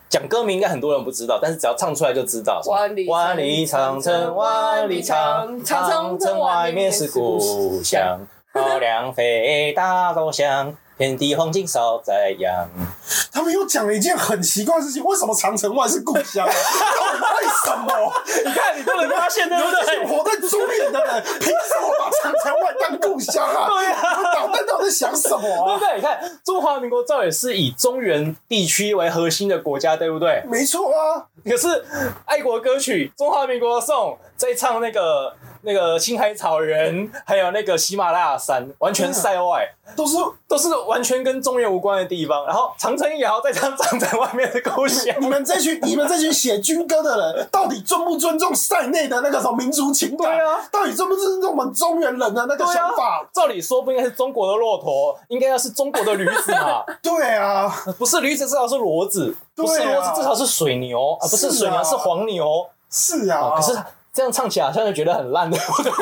Speaker 1: 讲歌名应该很多人不知道，但是只要唱出来就知道。
Speaker 2: 万里
Speaker 1: 万里长城，万里长，
Speaker 2: 长
Speaker 1: 长
Speaker 2: 城
Speaker 1: 城外面是故乡，高粱肥，大稻香，遍地黄金少载扬。
Speaker 4: 他们又讲了一件很奇怪的事情，为什么长城外是故乡啊？到底为什么？
Speaker 1: 你看，你都能发现，对不
Speaker 4: 这些
Speaker 1: 对？
Speaker 4: 活在中原的人，凭什么把长城外当故乡啊？
Speaker 1: 对啊
Speaker 4: 你们脑袋到底在想什么
Speaker 1: 对
Speaker 4: 啊
Speaker 1: 不？对？你看，中华民国照也是以中原地区为核心的国家，对不对？
Speaker 4: 没错啊，
Speaker 5: 哎
Speaker 1: 可是爱国歌曲《中华民国颂》
Speaker 5: 在唱那个那个青海草原，还有那个喜马拉雅山，完全塞外，
Speaker 4: 都是
Speaker 5: 都是完全跟中原无关的地方。然后长城也好，在唱长城外面的故 乡，
Speaker 4: 你们这群你们这群写军歌的人，到底尊不尊重塞内的那个什么民族情感？
Speaker 5: 对啊，
Speaker 4: 到底尊不尊重我们中原人的那个
Speaker 5: 对啊
Speaker 4: 想法？，
Speaker 5: 照理说不应该是中国的骆驼，应该要是中国的驴子嘛，
Speaker 4: 对啊，
Speaker 5: 不是驴子至少是骡子，
Speaker 4: 对啊
Speaker 5: 不是骡子至少是水牛啊，不是
Speaker 4: 是
Speaker 5: 水牛
Speaker 4: 啊
Speaker 5: 是黄牛。
Speaker 4: 是啊，
Speaker 5: 哦，可是这样唱起来好像就觉得很烂，对不对？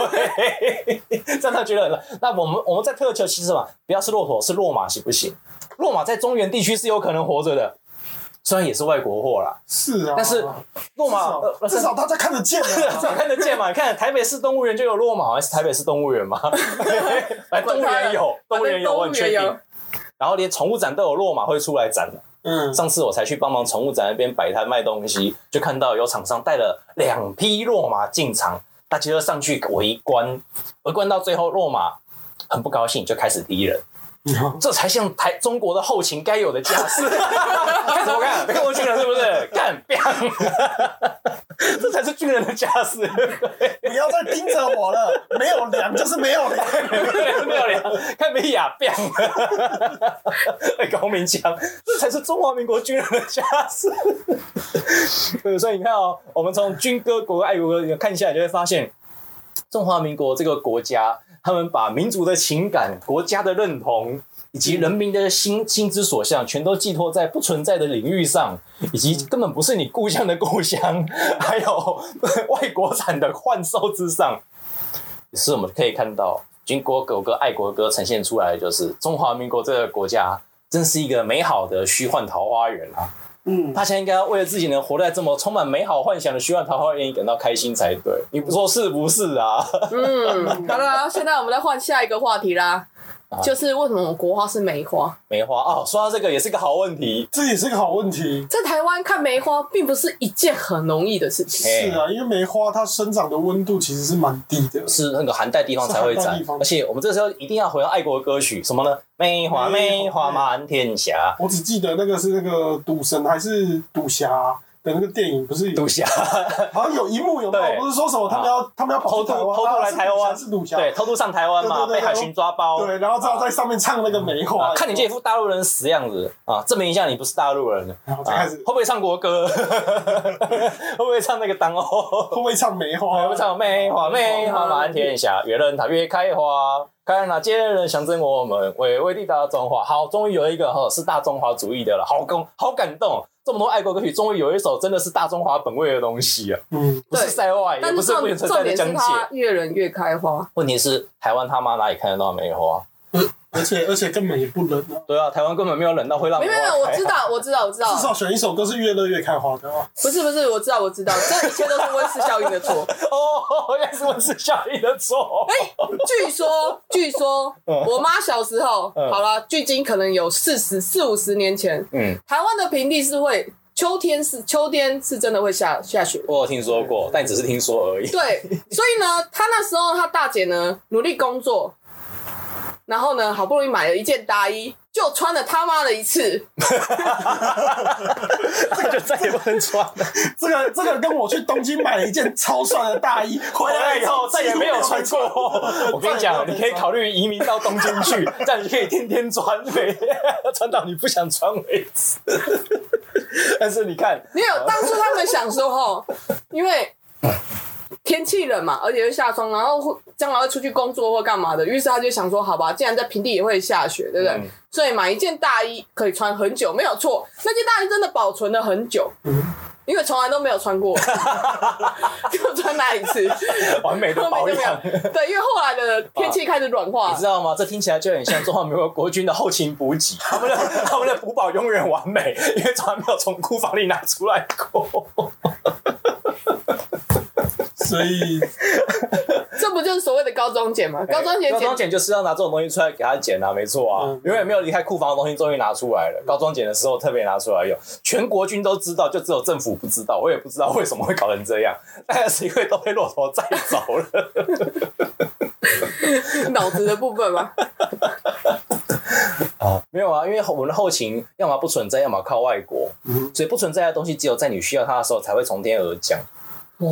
Speaker 5: 这样他觉得很烂。那我们我们在特求其实嘛，不要是骆驼，是骆马行不行？骆马在中原地区是有可能活着的，虽然也是外国货啦，
Speaker 4: 是啊，
Speaker 5: 但是骆
Speaker 4: 至
Speaker 5: 马
Speaker 4: 少
Speaker 5: 呃
Speaker 4: 至少大家看得见
Speaker 5: 至
Speaker 4: 啊。
Speaker 5: 少看得见嘛？你看台北市动物园就有骆马，还是台北市动 物园嘛？哎，动物园有，动
Speaker 2: 反
Speaker 5: 物园
Speaker 2: 正
Speaker 5: 有，
Speaker 2: 动物
Speaker 5: 我很确
Speaker 2: 园有
Speaker 5: 定。然后连宠物展都有骆马会出来展的。
Speaker 4: 嗯，
Speaker 5: 上次我才去帮忙宠物展那边摆摊卖东西，就看到有厂商带了两匹骆马进场，大家就上去围观，围观到最后，骆马很不高兴，就开始踢人。这才像台中国的后勤该有的架势，看什么看？没看过军人是不是？干这才是军人的架势，
Speaker 4: 不要再盯着我了，没有粮就是没有粮。
Speaker 5: 没有啊脸，看没雅哎，高明强，这才是中华民国军人的架势。对，所以你看哦，我们从军歌、国歌、爱国歌看下来，就会发现，中华民国这个国家，他们把民族的情感、国家的认同。以及人民的心心之所向，全都寄托在不存在的领域上，以及根本不是你故乡的故乡，还有 外国产的幻兽之上。也是我们可以看到，军国狗歌、爱国歌呈现出来，的就是中华民国这个国家，真是一个美好的虚幻桃花源啊！
Speaker 4: 嗯，
Speaker 5: 大家应该为了自己能活在这么充满美好幻想的虚幻桃花源感到开心才对，你不说是不是啊？
Speaker 2: 嗯，好了，现在我们来换下一个话题啦，就是为什么我们国花是梅花？
Speaker 5: 梅花哦，说到这个也是个好问题，
Speaker 4: 这也是个好问题。
Speaker 2: 在台湾看梅花并不是一件很容易的事情。
Speaker 4: 是
Speaker 5: 哎
Speaker 4: 啊，因为梅花它生长的温度其实是蛮低的。
Speaker 5: 是那个寒带地方才会
Speaker 4: 是寒
Speaker 5: 展
Speaker 4: 带地，方
Speaker 5: 而且我们这时候一定要回到爱国歌曲，什么呢？梅花梅花满 天下，
Speaker 4: 我只记得那个是那个赌神还是赌侠的那个电影，不是有
Speaker 5: 独侠，
Speaker 4: 好像有一幕有没
Speaker 5: 对啊
Speaker 4: 有？不是说什么他们要他们要跑
Speaker 5: 偷
Speaker 4: 去台
Speaker 5: 渡
Speaker 4: 湾，
Speaker 5: 偷渡来台湾，
Speaker 4: 是赌侠，
Speaker 5: 对，偷渡上台湾嘛，
Speaker 4: 对对对
Speaker 5: 被海
Speaker 4: 对
Speaker 5: 巡抓包，
Speaker 4: 对，然后之后在上面唱那个梅花
Speaker 5: 啊，，看你这一副大陆人死样子啊，证明一下你不是大陆人。
Speaker 4: 然后就
Speaker 5: 啊、
Speaker 4: 开
Speaker 5: 会
Speaker 4: 始
Speaker 5: 不会唱国歌？ 会不会唱那个当哦？
Speaker 4: 会不会唱梅花？啊
Speaker 5: 会不会唱梅花梅花满天下，越冷它越开花。看那街人象征我们伟伟地大中华。好，终于有一个哈是大中华主义的了，好感好感动。啊这么多爱国歌曲，终于有一首真的是大中华本位的东西啊，
Speaker 4: 嗯，
Speaker 5: 不是
Speaker 2: 对
Speaker 5: 塞外，也
Speaker 2: 但
Speaker 5: 不
Speaker 2: 是
Speaker 5: 是
Speaker 2: 重
Speaker 5: 不存
Speaker 2: 重
Speaker 5: 在的
Speaker 2: 点是
Speaker 5: 疆界。
Speaker 2: 它越冷越开花，
Speaker 5: 问题是台湾他妈哪里看得到梅花？
Speaker 4: 而且而且根本也不冷啊。
Speaker 5: 对啊，台湾根本没有冷到会让
Speaker 2: 没
Speaker 5: 梅
Speaker 2: 有
Speaker 5: 花
Speaker 2: 没有，我
Speaker 5: 开
Speaker 2: 知道我知道我 知
Speaker 5: 啊
Speaker 2: 道
Speaker 4: 至，少选一首歌是越热越开花的啊！
Speaker 2: 不是不是，我知道我知道，这一切都是温室效应的错。 哎
Speaker 5: 哦，原来是温室效应的错。
Speaker 2: 据说，据说，我妈小时候，
Speaker 5: 嗯
Speaker 2: 好了，距今可能有四十四五十年前，
Speaker 5: 嗯，
Speaker 2: 台湾的平地是会秋天是秋天是真的会下下雪。
Speaker 5: 我有听说过，但只是听说而已。
Speaker 2: 对，所以呢，她那时候她大姐呢努力工作，然后呢好不容易买了一件大衣，就穿了他妈的一次。
Speaker 5: 那 就再也不能穿 了。
Speaker 4: 这个这个跟我去东京买了一件超帅的大衣，回
Speaker 5: 回来
Speaker 4: 来
Speaker 5: 以后哎再也没有穿过。我跟你讲，你可以考虑移民到东京去， 这样你可以天天穿，每天 穿到你不想穿为止。 但是你看，
Speaker 2: 没有，当初他们想说吼，因为天气冷嘛，而且又下霜，然后会将来会出去工作或干嘛的，于是他就想说，好吧，既然在平地也会下雪，对不对？
Speaker 5: 嗯
Speaker 2: 所以买一件大衣可以穿很久，没有错。那件大衣真的保存了很久，
Speaker 5: 嗯
Speaker 2: 因为从来都没有穿 过，就穿那一次，
Speaker 5: 完美的
Speaker 2: 后
Speaker 5: 保
Speaker 2: 面就没
Speaker 5: 养。啊
Speaker 2: 有。对，因为后来的天气开始软化，
Speaker 5: 你知道吗？这听起来就很像中华民国国军的后勤补给，他们的他们的补保永远完美，因为从来没有从库房里拿出来过。
Speaker 4: 所以
Speaker 2: 这不就是所谓的高中节吗？高中节
Speaker 5: 哎 高
Speaker 2: 简
Speaker 5: 中检就是要拿这种东西出来给他检啊，没错啊
Speaker 4: 嗯，
Speaker 5: 永远没有离开库房的东西终于拿出来了。高中检的时候特别拿出来用，全国军都知道，就只有政府不知道。我也不知道为什么会搞成这样，大概是因为都被骆驼载走了。
Speaker 2: 脑子的部分 嘛，
Speaker 5: 没有啊，因为我们的后勤要么不存在，要么靠外国，所以不存在的东西只有在你需要它的时候才会从天而降。
Speaker 2: 哦，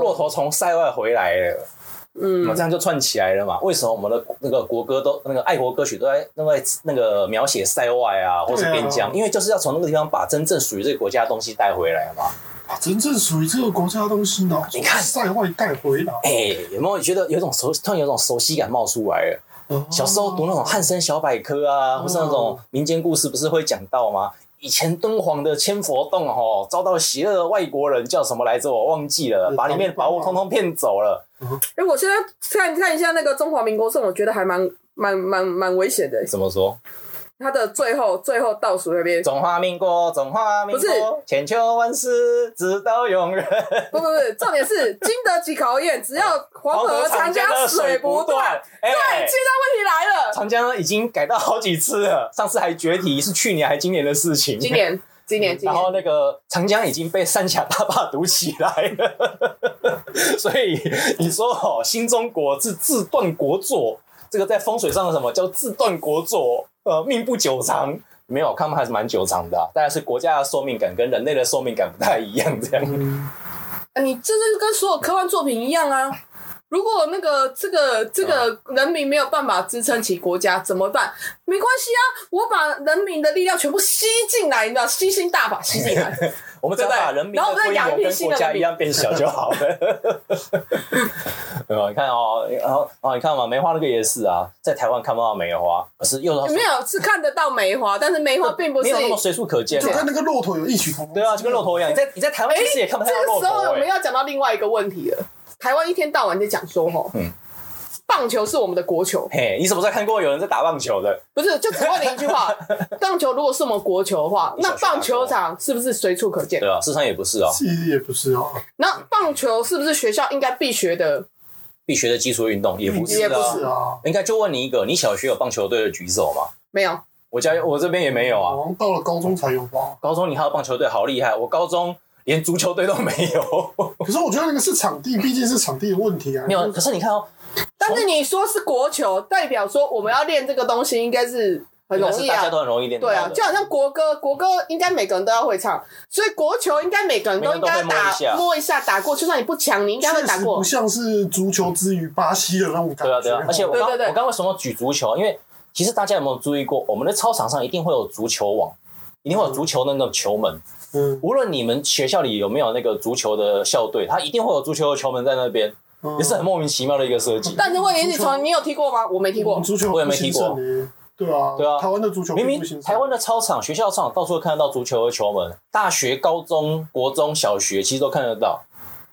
Speaker 5: 骆驼从塞外回来了，那么
Speaker 2: 嗯
Speaker 5: 这样就串起来了嘛？为什么我们的那个国歌都那个爱国歌曲都在那个那个描写塞外啊，或是
Speaker 4: 对
Speaker 5: 边
Speaker 4: 啊
Speaker 5: 疆？因为就是要从那个地方把真正属于这个国家的东西带回来嘛。
Speaker 4: 把啊真正属于这个国家的东西呢，
Speaker 5: 你看
Speaker 4: 塞外带回来。
Speaker 5: 哎、有没有觉得有一种熟，突然有一种熟悉感冒出来了？
Speaker 4: 啊哦
Speaker 5: 小时候读那种汉生小百科啊，或是那种民间故事，不是会讲到吗？以前敦煌的千佛洞哦，遭到邪恶的外国人叫什么来着？我忘记了，把里面的宝物通通骗走了。
Speaker 2: 哎，我现在看看一下那个中华民国颂，我觉得还蛮蛮蛮蛮危险的。
Speaker 5: 怎么说？
Speaker 2: 它的最后最后倒数那边，
Speaker 5: 中华民国，中华民
Speaker 2: 不
Speaker 5: 国
Speaker 2: 是，
Speaker 5: 千秋万世，直到永远。
Speaker 2: 不不不，重点是经得起考验，只 要黄河、长江水不断。，
Speaker 5: 哎、
Speaker 2: 对，现在问题来了，
Speaker 5: 长江已经改到好几次了，上次还决堤，是去年还今年的事情。
Speaker 2: 今年今年今
Speaker 5: 嗯然后
Speaker 2: 年，
Speaker 5: 那个长江已经被三峡大坝堵起来了， 所以你说哦，新中国是自断国作，这个在风水上的什么叫自断国作？呃，命不久长。没有，他们还是蛮久长的啊、当然是国家的寿命感跟人类的寿命感不太一样，这样。
Speaker 2: 啊你这是跟所有科幻作品一样啊。如果那个这个这个
Speaker 5: 嗯
Speaker 2: 人民没有办法支撑起国家怎么办？没关系啊，我把人民的力量全部吸进来，你知道，吸星大法吸进来。
Speaker 5: 我们只要把人民的
Speaker 2: 然后我们再
Speaker 5: 规
Speaker 2: 养
Speaker 5: 模
Speaker 2: 育
Speaker 5: 跟
Speaker 2: 新
Speaker 5: 国
Speaker 2: 的
Speaker 5: 家
Speaker 2: 人
Speaker 5: 一样变小就好 了。对吧？你看哦，然后哦，你看嘛，梅花那个也是啊，在台湾看不到梅花，可是又
Speaker 2: 没有是看得到梅花，但是梅花并不
Speaker 5: 没
Speaker 2: 是
Speaker 5: 有那么随处可见
Speaker 4: 就
Speaker 5: 啊。
Speaker 4: 跟那个骆驼有异曲同工。
Speaker 5: 对啊，就跟骆驼一样，你在你在台湾其实也看不太到
Speaker 2: 哎这
Speaker 5: 骆
Speaker 2: 个时
Speaker 5: 驼、
Speaker 2: 候我们
Speaker 5: 欸。
Speaker 2: 要讲到另外一个问题了。台湾一天到晚在讲说，吼，
Speaker 5: 嗯
Speaker 2: 棒球是我们的国球，
Speaker 5: 嘿，你什么时候看过有人在打棒球的？
Speaker 2: 不是？就只问你一句话：棒球如果是我们国球的话，
Speaker 5: 你小
Speaker 2: 那
Speaker 5: 学打
Speaker 2: 棒球场是不是随处可见
Speaker 5: 对？啊，事实上也不是哦，
Speaker 4: 其实也不是哦，
Speaker 2: 那棒球是不是学校应该必学的？
Speaker 5: 必学的基础运动也不是
Speaker 2: 也不
Speaker 5: 啊。
Speaker 4: 是啊，
Speaker 5: 应该就问你一个，你小学有棒球队的举手吗？
Speaker 2: 没有，
Speaker 5: 我家我这边也没有啊。
Speaker 4: 好像到了高中才有吧。
Speaker 5: 高中你还有棒球队，好厉害！我高中连足球队都没有。
Speaker 4: 可是我觉得那个是场地，毕竟是场地的问题啊。
Speaker 5: 没有，可是你看哦，
Speaker 2: 但是你说是国球，代表说我们要练这个东西，应该是很容
Speaker 5: 应该
Speaker 2: 易
Speaker 5: 是大家
Speaker 2: 啊。
Speaker 5: 都很容易练到
Speaker 2: 对
Speaker 5: 的。
Speaker 2: 啊，就好像国歌，国歌应该每个人都要会唱，所以国球应该每个人都应该
Speaker 5: 每个人都会摸
Speaker 2: 打
Speaker 5: 一下
Speaker 2: 摸一下打过，就算你不强，你应该
Speaker 4: 确
Speaker 2: 会
Speaker 4: 实
Speaker 2: 打过
Speaker 4: 不。像是足球之于巴西的那种感
Speaker 5: 对
Speaker 4: 觉。哦
Speaker 5: 啊，对啊，而且我刚
Speaker 2: 对对对
Speaker 5: 我刚为什么举足球？因为其实大家有没有注意过，我们的操场上一定会有足球网，一定会有足球的那种球门。
Speaker 4: 嗯，
Speaker 5: 无论你们学校里有没有那个足球的校队，他一定会有足球的球门在那边，
Speaker 4: 嗯
Speaker 5: 也是很莫名其妙的一个设计。
Speaker 2: 但是问题，你
Speaker 4: 足球
Speaker 2: 从你有踢过吗？我没踢
Speaker 4: 我
Speaker 2: 过
Speaker 4: 们。足球
Speaker 5: 我也没踢过
Speaker 4: 不兴盛欸。对啊，
Speaker 5: 对啊
Speaker 4: 台湾的足球
Speaker 5: 明
Speaker 4: 并
Speaker 5: 明
Speaker 4: 不兴盛
Speaker 5: 台湾的操场、学校操场到处都看得到足球的球门，大学、高中、国中小学其实都看得到。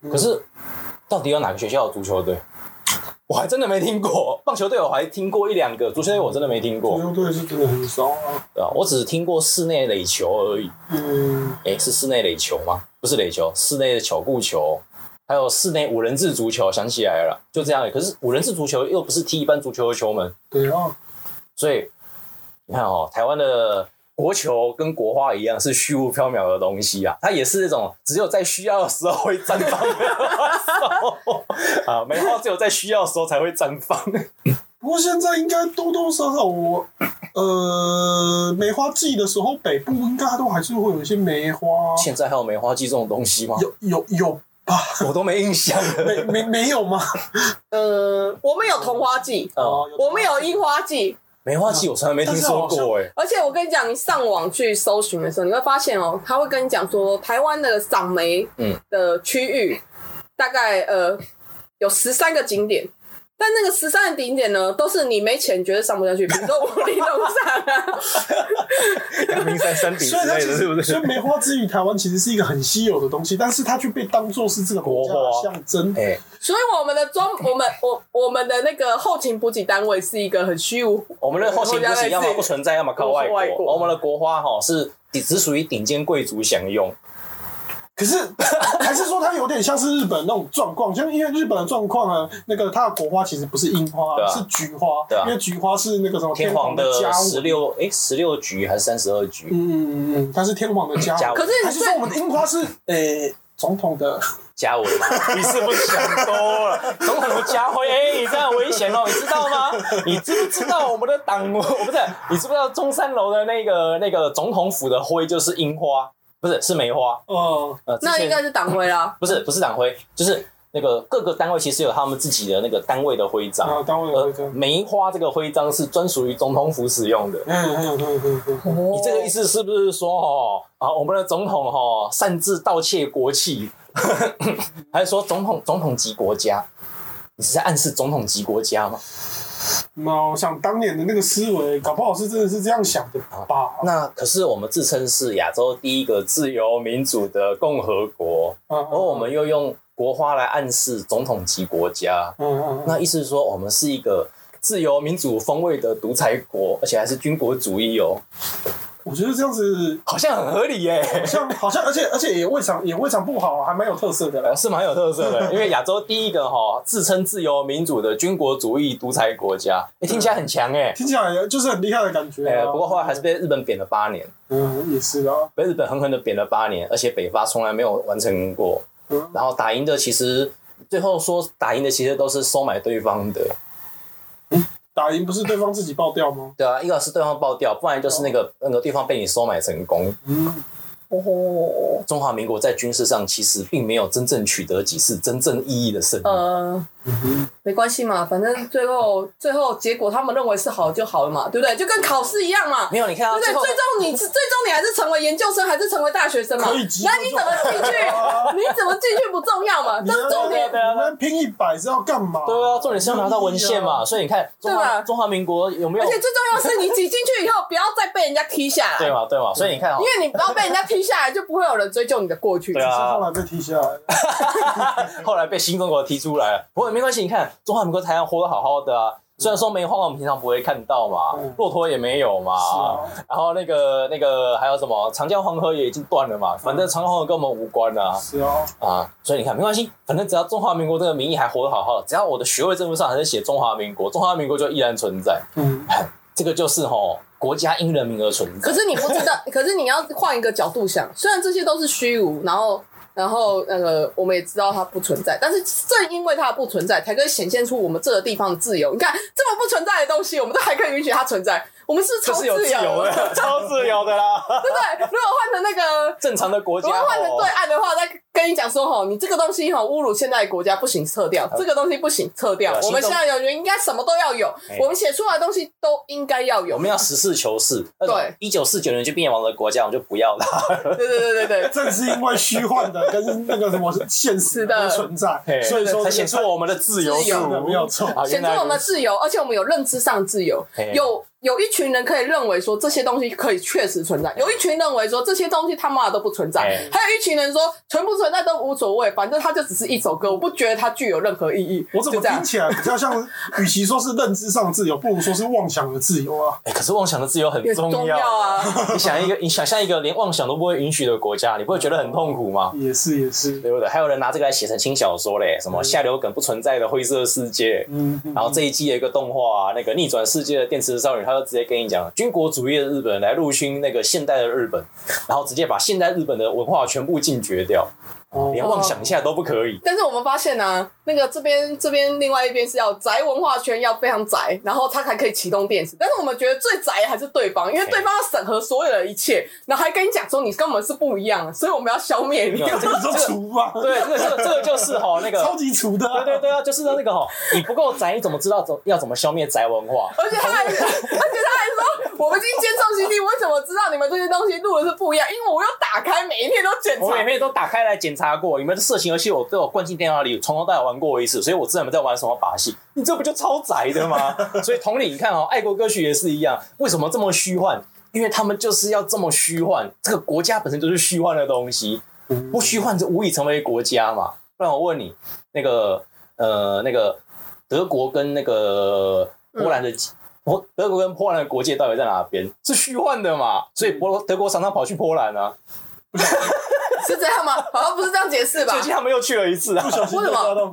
Speaker 2: 嗯
Speaker 5: 可是，到底有哪个学校有足球队？我还真的没听过。棒球队我还听过一两个，足球队我真的没听过
Speaker 4: 足，球队是真的很少啊。
Speaker 5: 对吧？我只听过室内垒球而已。
Speaker 4: 嗯，
Speaker 5: 诶，是室内垒球吗？不是垒球，室内的巧固球，还有室内五人制足球，想起来了，就这样而已。可是五人制足球又不是踢一般足球的球门，
Speaker 4: 对啊，
Speaker 5: 所以你看哦，台湾的国球跟国花一样是虚无缥缈的东西啊，它也是那种只有在需要的时候会绽放的花 啊，梅花只有在需要的时候才会绽放。
Speaker 4: 不过现在应该多多少少我，呃，梅花季的时候，北部应该都还是会有一些梅花，
Speaker 5: 现在还有梅花季这种东西吗？
Speaker 4: 有有有吧？
Speaker 5: 我都没印象了。
Speaker 4: 没没没有吗？
Speaker 2: 呃，我们有桐花季，
Speaker 5: 哦，
Speaker 2: 我们有樱花季，
Speaker 5: 梅花季我从来没听说过哎、
Speaker 2: 而且我跟你讲，你上网去搜寻的时候，你会发现哦，他会跟你讲说，台湾的赏梅
Speaker 5: 嗯
Speaker 2: 的区域、大概呃有十三个景点。但那个十三个景点呢，都是你没钱绝对上不下去，比如说五里弄上啊，
Speaker 5: 阳明山山顶之
Speaker 4: 所以它
Speaker 5: 类
Speaker 4: 其
Speaker 5: 的，
Speaker 4: 实，
Speaker 5: 是不
Speaker 4: 所以
Speaker 5: 是？
Speaker 4: 梅花之于台湾其实是一个很稀有的东西，但是它却被当做是这个国家
Speaker 5: 国花
Speaker 4: 的象征。
Speaker 5: 哎、
Speaker 2: 所以我们的中，我们我我们的那个后勤补给单位是一个很虚无，
Speaker 5: 我们的后
Speaker 2: 国
Speaker 5: 勤不
Speaker 2: 家
Speaker 5: 是
Speaker 2: 类
Speaker 5: 要么
Speaker 2: 似
Speaker 5: 不存在，要么靠外国。
Speaker 2: 外国
Speaker 5: 而我们的国花哈是只只属于顶尖贵族享用。
Speaker 4: 可是还是说它有点像是日本那种状况，像因为日本的状况啊，那个它的国花其实不是樱花，
Speaker 5: 对啊
Speaker 4: 是菊花，
Speaker 5: 对啊
Speaker 4: 因为菊花是那个什么
Speaker 5: 天皇
Speaker 4: 皇
Speaker 5: 的
Speaker 4: 家
Speaker 5: 十
Speaker 4: 纹。
Speaker 5: 六哎十六局还是三十二局？
Speaker 4: 嗯嗯嗯，它是天皇的家
Speaker 5: 家
Speaker 4: 纹。
Speaker 5: 纹
Speaker 2: 可是
Speaker 4: 还是说我们的樱花是诶总统 的？
Speaker 5: 加文吗？你是不是想多了？总统的家徽，哎、你这样危险哦，你知道 吗？你知不知道我们的党？我不是，你知不知道中山楼的那个那个总统府的徽就是樱花？不是是梅花，
Speaker 6: 哦，
Speaker 5: 呃，之
Speaker 2: 那
Speaker 5: 前
Speaker 2: 应该是党徽啦。
Speaker 5: 不是不是党徽，就是那个各个单位其实有他们自己的那个单位的徽
Speaker 4: 然后
Speaker 5: 章。
Speaker 4: 单位的徽
Speaker 5: 呃，
Speaker 4: 章。
Speaker 5: 梅花这个徽章是专属于总统府使用的。
Speaker 4: 嗯嗯嗯嗯嗯，
Speaker 2: 哦
Speaker 5: 你这个意思是不是说哦啊，我们的总统哦擅自盗窃国器， 还是说总统总统级国家？你是在暗示总统级国家吗？
Speaker 4: 那我想当年的那个思维，搞不好是真的是这样想的吧？
Speaker 5: 那可是我们自称是亚洲第一个自由民主的共和国，
Speaker 4: 嗯
Speaker 5: 而我们又用国花来暗示总统级国家，
Speaker 4: 嗯嗯嗯，
Speaker 5: 那意思是说我们是一个自由民主风味的独裁国，而且还是军国主义哦，
Speaker 4: 我觉得这样子
Speaker 5: 好像很合理耶、
Speaker 4: 好像 好像，而且而且也未尝也未尝不好，啊还蛮有特色的啦
Speaker 5: 呃，。是蛮有特色 的，因为亚洲第一个哈自称自由民主的军国主义独裁国家，诶听起来很强
Speaker 2: 嗯
Speaker 5: 哎、
Speaker 4: 听起来就是很厉害的感觉
Speaker 5: 呃，
Speaker 4: 啊。
Speaker 5: 不过后来还是被日本扁了八年，
Speaker 4: 嗯，也是啊。
Speaker 5: 被日本狠狠的扁了八年，而且北伐从来没有完成过。
Speaker 4: 嗯
Speaker 5: 然后打赢的其实最后说打赢的其实都是收买对方的，
Speaker 4: 打赢不是对方自己爆掉吗？
Speaker 5: 对啊，一个是对方爆掉，不然就是那个、那个对方被你收买成功。
Speaker 4: 嗯，
Speaker 2: 哦，
Speaker 5: 中华民国在军事上其实并没有真正取得几次真正意义的胜利。
Speaker 2: 呃，
Speaker 5: 嗯
Speaker 2: 没关系嘛，反正最后最后结果他们认为是好就好了嘛，对不对？就跟考试一样嘛，
Speaker 5: 没有，你
Speaker 2: 对
Speaker 5: 看到
Speaker 2: 不对？
Speaker 5: 最后
Speaker 2: 最终你 是最终你还是成为研究生，还是成为大学生嘛？
Speaker 4: 可以及格
Speaker 2: 那你怎么进去？
Speaker 5: 啊
Speaker 2: 你怎么进去不重要嘛？但是重
Speaker 5: 对啊
Speaker 2: 点
Speaker 5: 对啊
Speaker 4: 你们拼一百是要干嘛？
Speaker 5: 对啊，重点是要拿到文献嘛，所以你看中
Speaker 2: 哦对啊
Speaker 5: 华
Speaker 2: 吧
Speaker 5: 中华民国有没有
Speaker 2: 而且最重要的是，你挤进去以后，不要再被人家踢下来，
Speaker 5: 对嘛对嘛，所以你看哦
Speaker 2: 因，为你不要被人家踢下来，就不会有人追究你的过去。
Speaker 5: 对
Speaker 4: 只是
Speaker 5: 啊
Speaker 4: 后来被踢下来了。
Speaker 5: 后来被新中国踢出来了，不过没关系，你看中华民国台湾活得好好的啊。虽然说梅花我们平常不会看到嘛
Speaker 4: 嗯，
Speaker 5: 骆驼也没有嘛，
Speaker 4: 是啊
Speaker 5: 然后那个那个还有什么长江黄河也已经断了嘛，反正长江黄河跟我们无关啊
Speaker 4: 是啊，
Speaker 5: 啊，所以你看没关系，反正只要中华民国这个名义还活得好好的，只要我的学位证书上还是写中华民国，中华民国就依然存在，
Speaker 4: 嗯，
Speaker 5: 这个就是吼国家因人民而存
Speaker 2: 可。
Speaker 5: 在
Speaker 2: 是你不知 道，可是你要换一个角度想，虽然这些都是虚无，然后然后那个我们也知道它不存在，但是正因为它的不存在，才可以显现出我们这个地方的自由。你看，这么不存在的东西，我们都还可以允许它存在，我们是不
Speaker 5: 这
Speaker 2: 超
Speaker 5: 是有自由
Speaker 2: 的，
Speaker 5: 的，超自由的啦。
Speaker 2: 对不对？如果换成那个。
Speaker 5: 正常的国家
Speaker 2: 如果换成
Speaker 5: 哦，
Speaker 2: 对岸的话，再跟你讲说吼，你这个东西吼哦侮辱现在的国家不行，撤掉；这个东西不行，撤掉
Speaker 5: 对啊。
Speaker 2: 我们
Speaker 5: 行动
Speaker 2: 现在有人应该什么都要有
Speaker 5: 哎，
Speaker 2: 我们写出来的东西都应该要有
Speaker 5: 我。们要实事求是。
Speaker 2: 对，
Speaker 5: 一九四九年就灭亡的国家，我们就不要 它。
Speaker 2: 对对对对对，
Speaker 4: 正是因为虚幻的跟那个什么现实
Speaker 2: 是的
Speaker 4: 的存在
Speaker 5: 嘿，
Speaker 4: 所以说
Speaker 5: 才显出我们的自由
Speaker 2: 自由
Speaker 5: 度
Speaker 4: 没有错
Speaker 5: 啊
Speaker 2: 显
Speaker 5: 原
Speaker 2: 出
Speaker 5: 来
Speaker 2: 我们的
Speaker 5: 如此
Speaker 2: 自由，而且我们有认知上的自由
Speaker 5: 嘿。
Speaker 2: 有有一群人可以认为说这些东西可以确实存在，有一群认为说这些东西他妈的都不存在
Speaker 5: 嘿，
Speaker 2: 还有一群人说存不存在都无所谓，反正它就只是一首歌，我不觉得它具有任何意义。
Speaker 4: 我怎
Speaker 2: 就
Speaker 4: 么
Speaker 2: 这样
Speaker 4: 听？起来比较像，与其说是认知上的自由，不如说是妄想的自由啊！
Speaker 5: 哎，可是妄想的自由很
Speaker 2: 也
Speaker 5: 重
Speaker 2: 重要啊！
Speaker 5: 你想一个，你想象一个连妄想都不会允许的国家，你不会觉得很痛苦
Speaker 2: 嗯
Speaker 5: 吗？
Speaker 4: 也是也是，
Speaker 5: 对不对？还有人拿这个来写成轻小说嘞，
Speaker 2: 嗯
Speaker 5: 什么下流梗不存在的灰色世界。
Speaker 4: 嗯，
Speaker 5: 然后这一季有一个动画、啊，那个逆转世界的电池少女，她就直接跟你讲，军国主义的日本人来入侵那个现代的日本，然后直接把现代日本的文化全部禁绝掉，
Speaker 4: 哦
Speaker 5: 连妄想一下都不可以。
Speaker 2: 但是我们发现呢、啊，那个这边这边另外一边是要宅文化圈要非常宅，然后它才可以启动电池。但是我们觉得最宅还是对方，因为对方要审核所有的一切，然后还跟你讲说你跟我们是不一样的，所以我们要消灭你
Speaker 5: 没。有这个
Speaker 4: 你说厨嘛，
Speaker 5: 对，这个这个这个就是哈、那个
Speaker 4: 超级厨的
Speaker 5: 对
Speaker 4: 啊，
Speaker 5: 对对啊，就是那个哈，你不够宅，你怎么知道怎要怎么消灭宅文化？
Speaker 2: 而且他还，而且他还说，我们今天监控 CD，我怎么知道你们这些东西录的是不一样？因为我有打开，每一天都检
Speaker 5: 我每
Speaker 2: 查。
Speaker 5: 天都打开来检查过，你们的色情游戏我都有灌进电脑里，从头到尾玩过一次，所以我知道你们在玩什么把戏。你这不就超宅的吗？所以同理，你看哦，爱国歌曲也是一样，为什么这么虚幻？因为他们就是要这么虚幻，这个国家本身就是虚幻的东西，不虚幻就无以成为国家嘛。不然我问你，那个呃，那个德国跟那个波兰的。波德国跟波兰的国界到底在哪边？是虚幻的嘛？所以波德国常常跑去波兰啊，
Speaker 2: 是这样吗？好像不是这样解释吧
Speaker 5: 最？近他们又去了一次啊。
Speaker 4: 不小心就抓到多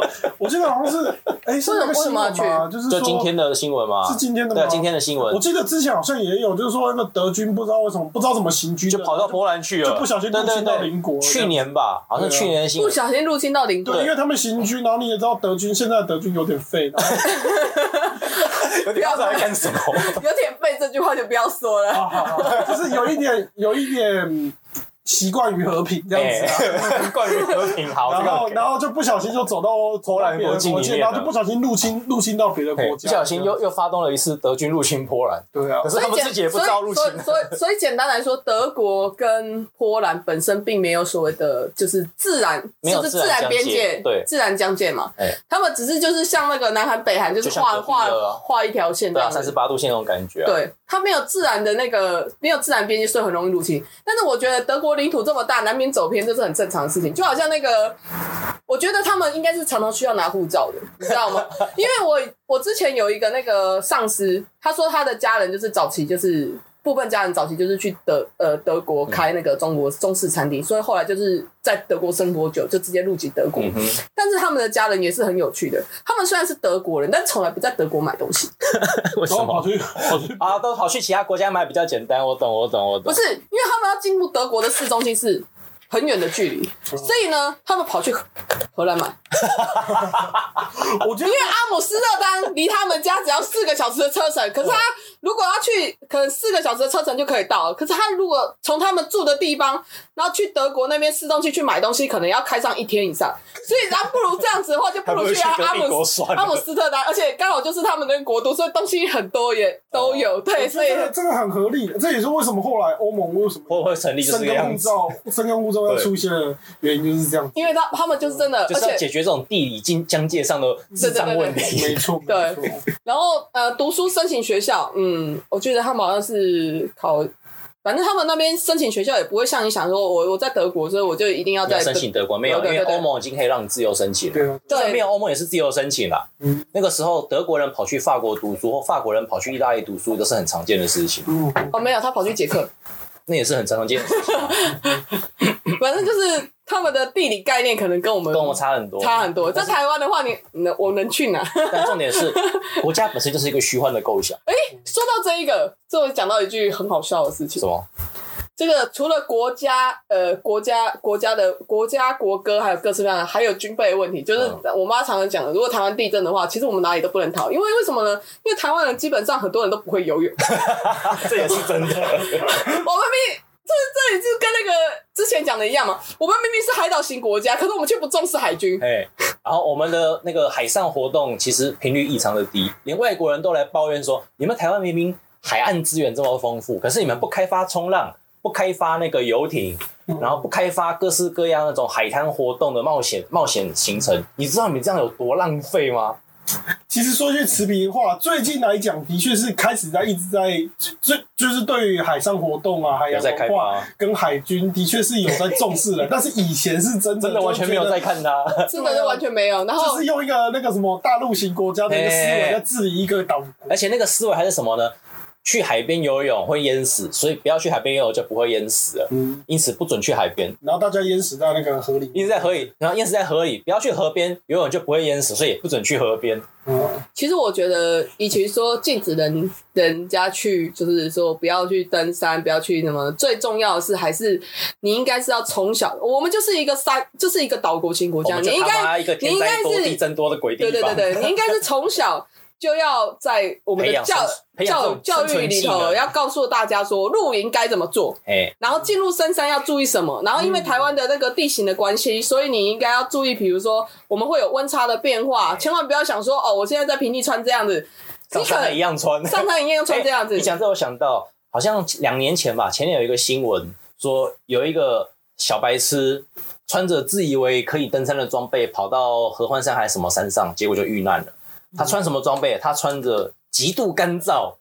Speaker 4: 了。我记得好像是，哎，是那个新
Speaker 2: 为
Speaker 4: 闻
Speaker 2: 什么要
Speaker 4: 吗？就是
Speaker 5: 就
Speaker 4: 说
Speaker 5: 今天的新闻嘛，
Speaker 4: 是今天的
Speaker 5: 对啊
Speaker 4: 吗？
Speaker 5: 今天的新闻
Speaker 4: 我，记得之前好像也有，就是说那个德军不知道为什么不知道怎么行军的，
Speaker 5: 就跑到波兰去了，
Speaker 4: 就不小心入
Speaker 5: 对
Speaker 4: 侵
Speaker 5: 对
Speaker 4: 到
Speaker 5: 对
Speaker 4: 邻国
Speaker 5: 去年吧，好像
Speaker 4: 对啊
Speaker 5: 去年的新
Speaker 2: 不
Speaker 5: 闻，
Speaker 2: 小心入侵到邻
Speaker 4: 对，
Speaker 2: 国，
Speaker 4: 因为他们行军，然后你也知道德军现在德军有点废，然后
Speaker 2: 啊
Speaker 5: 有点不知道在干 什么。哦
Speaker 2: 有点背这句话就不要说了。
Speaker 4: 啊就是有一点有一点习惯于和平这样子啊。
Speaker 5: 哎，关于和平好，
Speaker 4: 然后，
Speaker 5: 这个
Speaker 4: 然后就不小心就走到
Speaker 5: 波兰
Speaker 4: 别的
Speaker 5: 国境
Speaker 4: 国
Speaker 5: 里
Speaker 4: 境，
Speaker 5: 面
Speaker 4: 然后
Speaker 5: 了
Speaker 4: 就不小心入侵入侵到别的
Speaker 5: 哎
Speaker 4: 国
Speaker 5: 不
Speaker 4: 家，
Speaker 5: 小心又又发动了一次德军入侵波兰，
Speaker 4: 对啊
Speaker 5: 可，是
Speaker 2: 所
Speaker 5: 他
Speaker 2: 以
Speaker 5: 们
Speaker 2: 简
Speaker 5: 自己也不知道入侵
Speaker 2: 所以所以所以所以简单来说，德国跟波兰本身并没有所谓的就是自然，
Speaker 5: 没有
Speaker 2: 就是
Speaker 5: 自然
Speaker 2: 然边
Speaker 5: 疆界对
Speaker 2: 自然疆界嘛。
Speaker 5: 哎
Speaker 2: 他们只是就是像那个南韩北韩，就是
Speaker 5: 就像
Speaker 2: 画
Speaker 5: 隔壁
Speaker 2: 画
Speaker 5: 了啊
Speaker 2: 画一条线这
Speaker 5: 对啊，
Speaker 2: 样
Speaker 5: 三十
Speaker 2: 子。
Speaker 5: 八度线那种感觉啊，
Speaker 2: 对，它没有自然的那个，没有自然边界，所以很容易入侵。但是我觉得德国领土这么大，难免走偏，这是很正常的事情。就好像那个，我觉得他们应该是常常需要拿护 照的，你知道吗？因为我我之前有一个那个上司，他说他的家人就是早期就是部分家人早期就是去德呃德国开那个中国中式餐厅，所以后来就是在德国生活久，就直接入籍德国。
Speaker 5: 嗯哼，
Speaker 2: 但是他们的家人也是很有趣的，他们虽然是德国人，但从来不在德国买东西。
Speaker 5: 为
Speaker 4: 然后跑？去跑去
Speaker 5: 啊，都跑去其他国家买比较简单，我懂，我懂，我
Speaker 2: 不
Speaker 5: 懂。
Speaker 2: 是，因为他们要进入德国的市中心是很远的距离，所以呢，他们跑去荷荷兰买，
Speaker 4: 我觉得
Speaker 2: 因为阿姆斯特丹离他们家只要四个小时的车程，可是他如果要去，可能四个小时的车程就可以到了。可是他如果从他们住的地方，然后去德国那边市中心去买东西，可能要开上一天以上，所以他不如这样子的话，就不如去阿阿姆斯
Speaker 5: 算
Speaker 2: 阿姆斯特丹，而且刚好就是他们的国都，所以东西很多也都有， 对，
Speaker 4: 我觉
Speaker 2: 所以
Speaker 4: 得这个很合理的，这也是为什么后来欧盟为什么
Speaker 5: 会不会成立就
Speaker 4: 申
Speaker 5: 是这个
Speaker 4: 根护
Speaker 5: 样子？
Speaker 4: 照、申根护照要出现的原因就是这样。
Speaker 2: 因为他他们就是真的，
Speaker 5: 就
Speaker 2: 而
Speaker 5: 是要
Speaker 2: 且
Speaker 5: 解决这种地理境疆界上的智障问
Speaker 4: 没
Speaker 5: 题。
Speaker 4: 错，
Speaker 2: 对
Speaker 4: 没错。
Speaker 2: 然后呃，读书申请学校，嗯，我觉得他们好像是考，反正他们那边申请学校也不会像你想说，我我在德国，所以我就一定要
Speaker 5: 要
Speaker 2: 在
Speaker 5: 申请德国没有，因
Speaker 2: 对对
Speaker 5: 为
Speaker 2: 对对
Speaker 5: 欧盟已经可以让你自由申请了。
Speaker 4: 对啊，
Speaker 2: 德
Speaker 5: 没
Speaker 2: 对
Speaker 5: 有欧盟也是自由申请啦。
Speaker 4: 嗯
Speaker 5: 那个时候德国人跑去法国读书，或法国人跑去意大利读书，都是很常见的事情，
Speaker 4: 嗯，
Speaker 2: 哦，没有，他跑去捷 克，
Speaker 5: 那也是很常见的事情，
Speaker 2: 反正就是他们的地理概念可能跟我们
Speaker 5: 跟我们差很多。
Speaker 2: 差很多。在台湾的话你，你能我能去哪？
Speaker 5: 但重点是，国家本身就是一个虚幻的构想，
Speaker 2: 说到这一个，这我讲到一句很好笑的事情
Speaker 5: 什，么？
Speaker 2: 这个除了国家呃国家国家的国家国歌，还有各式各样的，还有军备问题，就是我妈常常讲的，如果台湾地震的话，其实我们哪里都不能逃，因为为什么呢？因为台湾人基本上很多人都不会游泳，
Speaker 5: 这也是
Speaker 2: 我
Speaker 5: 真的。
Speaker 2: 们明明。这这里就跟那个之前讲的一样嘛，我们明明是海岛型国家，可是我们却不重视海军。
Speaker 5: 哎，然后我们的那个海上活动其实频率异常的低，连外国人都来抱怨说，你们台湾明明海岸资源这么丰富，可是你们不开发冲浪，不开发那个游艇，然后不开发各式各样那种海滩活动的冒险冒险行程，你知道你们这样有多浪费吗？
Speaker 4: 其实说句持平话，最近来讲，的确是开始在一直在就就就是对于海上活动啊、海
Speaker 5: 有
Speaker 4: 洋
Speaker 5: 在开
Speaker 4: 文
Speaker 5: 发
Speaker 4: 化
Speaker 5: 啊
Speaker 4: 跟海军，的确是有在重视 了。但是以前是真的
Speaker 5: 真的完全没有在，看它。
Speaker 2: 真的是完全没有。然
Speaker 4: 就觉得
Speaker 2: 后
Speaker 4: 就是用一个那个什么大陆型国家的一个思维
Speaker 5: 哎
Speaker 4: 在治理一个岛国。
Speaker 5: 而且那个思维还是什么呢？去海边游泳会淹死，所以不要去海边游泳就不会淹死了。
Speaker 4: 嗯，
Speaker 5: 因此不准去海边，
Speaker 4: 然后大家淹死在那个河里，
Speaker 5: 一直在河里，然后淹死在河里，不要去河边游泳就不会淹死，所以也不准去河边。
Speaker 4: 嗯，
Speaker 2: 其实我觉得，与其说禁止人人家去，就是说不要去登山，不要去什么，最重要的是还是你应该是要从小，我们就是一个山，就是一个岛国型国
Speaker 5: 我
Speaker 2: 家，
Speaker 5: 们
Speaker 2: 你
Speaker 5: 就
Speaker 2: 应
Speaker 5: 他
Speaker 2: 该
Speaker 5: 妈一个天灾多、地震多的鬼地
Speaker 2: 对
Speaker 5: 方。
Speaker 2: 对对对，你应该是从小就要在我们
Speaker 5: 培
Speaker 2: 的
Speaker 5: 养
Speaker 2: 教
Speaker 5: 生培养这
Speaker 2: 教
Speaker 5: 种
Speaker 2: 教
Speaker 5: 生
Speaker 2: 育
Speaker 5: 存
Speaker 2: 里
Speaker 5: 技能
Speaker 2: 头要告诉大家说露营该怎么做，
Speaker 5: 哎，
Speaker 2: 然后进入深山要注意什么？然后因为
Speaker 5: 嗯
Speaker 2: 台湾的那个地形的关系，所以你应该要注意，比如说我们会有温差的变化，千万不要想说哦，我现在在平地穿这样子，
Speaker 5: 长
Speaker 2: 你可
Speaker 5: 相一
Speaker 2: 能
Speaker 5: 样穿，
Speaker 2: 上山一样穿这样子
Speaker 5: 哎你，讲这，我想到好像两年前吧，前年有一个新闻说，有一个小白痴穿着自以为可以登山的装备，跑到合欢山还是什么山上，结果就遇难了。
Speaker 2: 嗯
Speaker 5: 他穿什么装备？他穿着极度 干燥，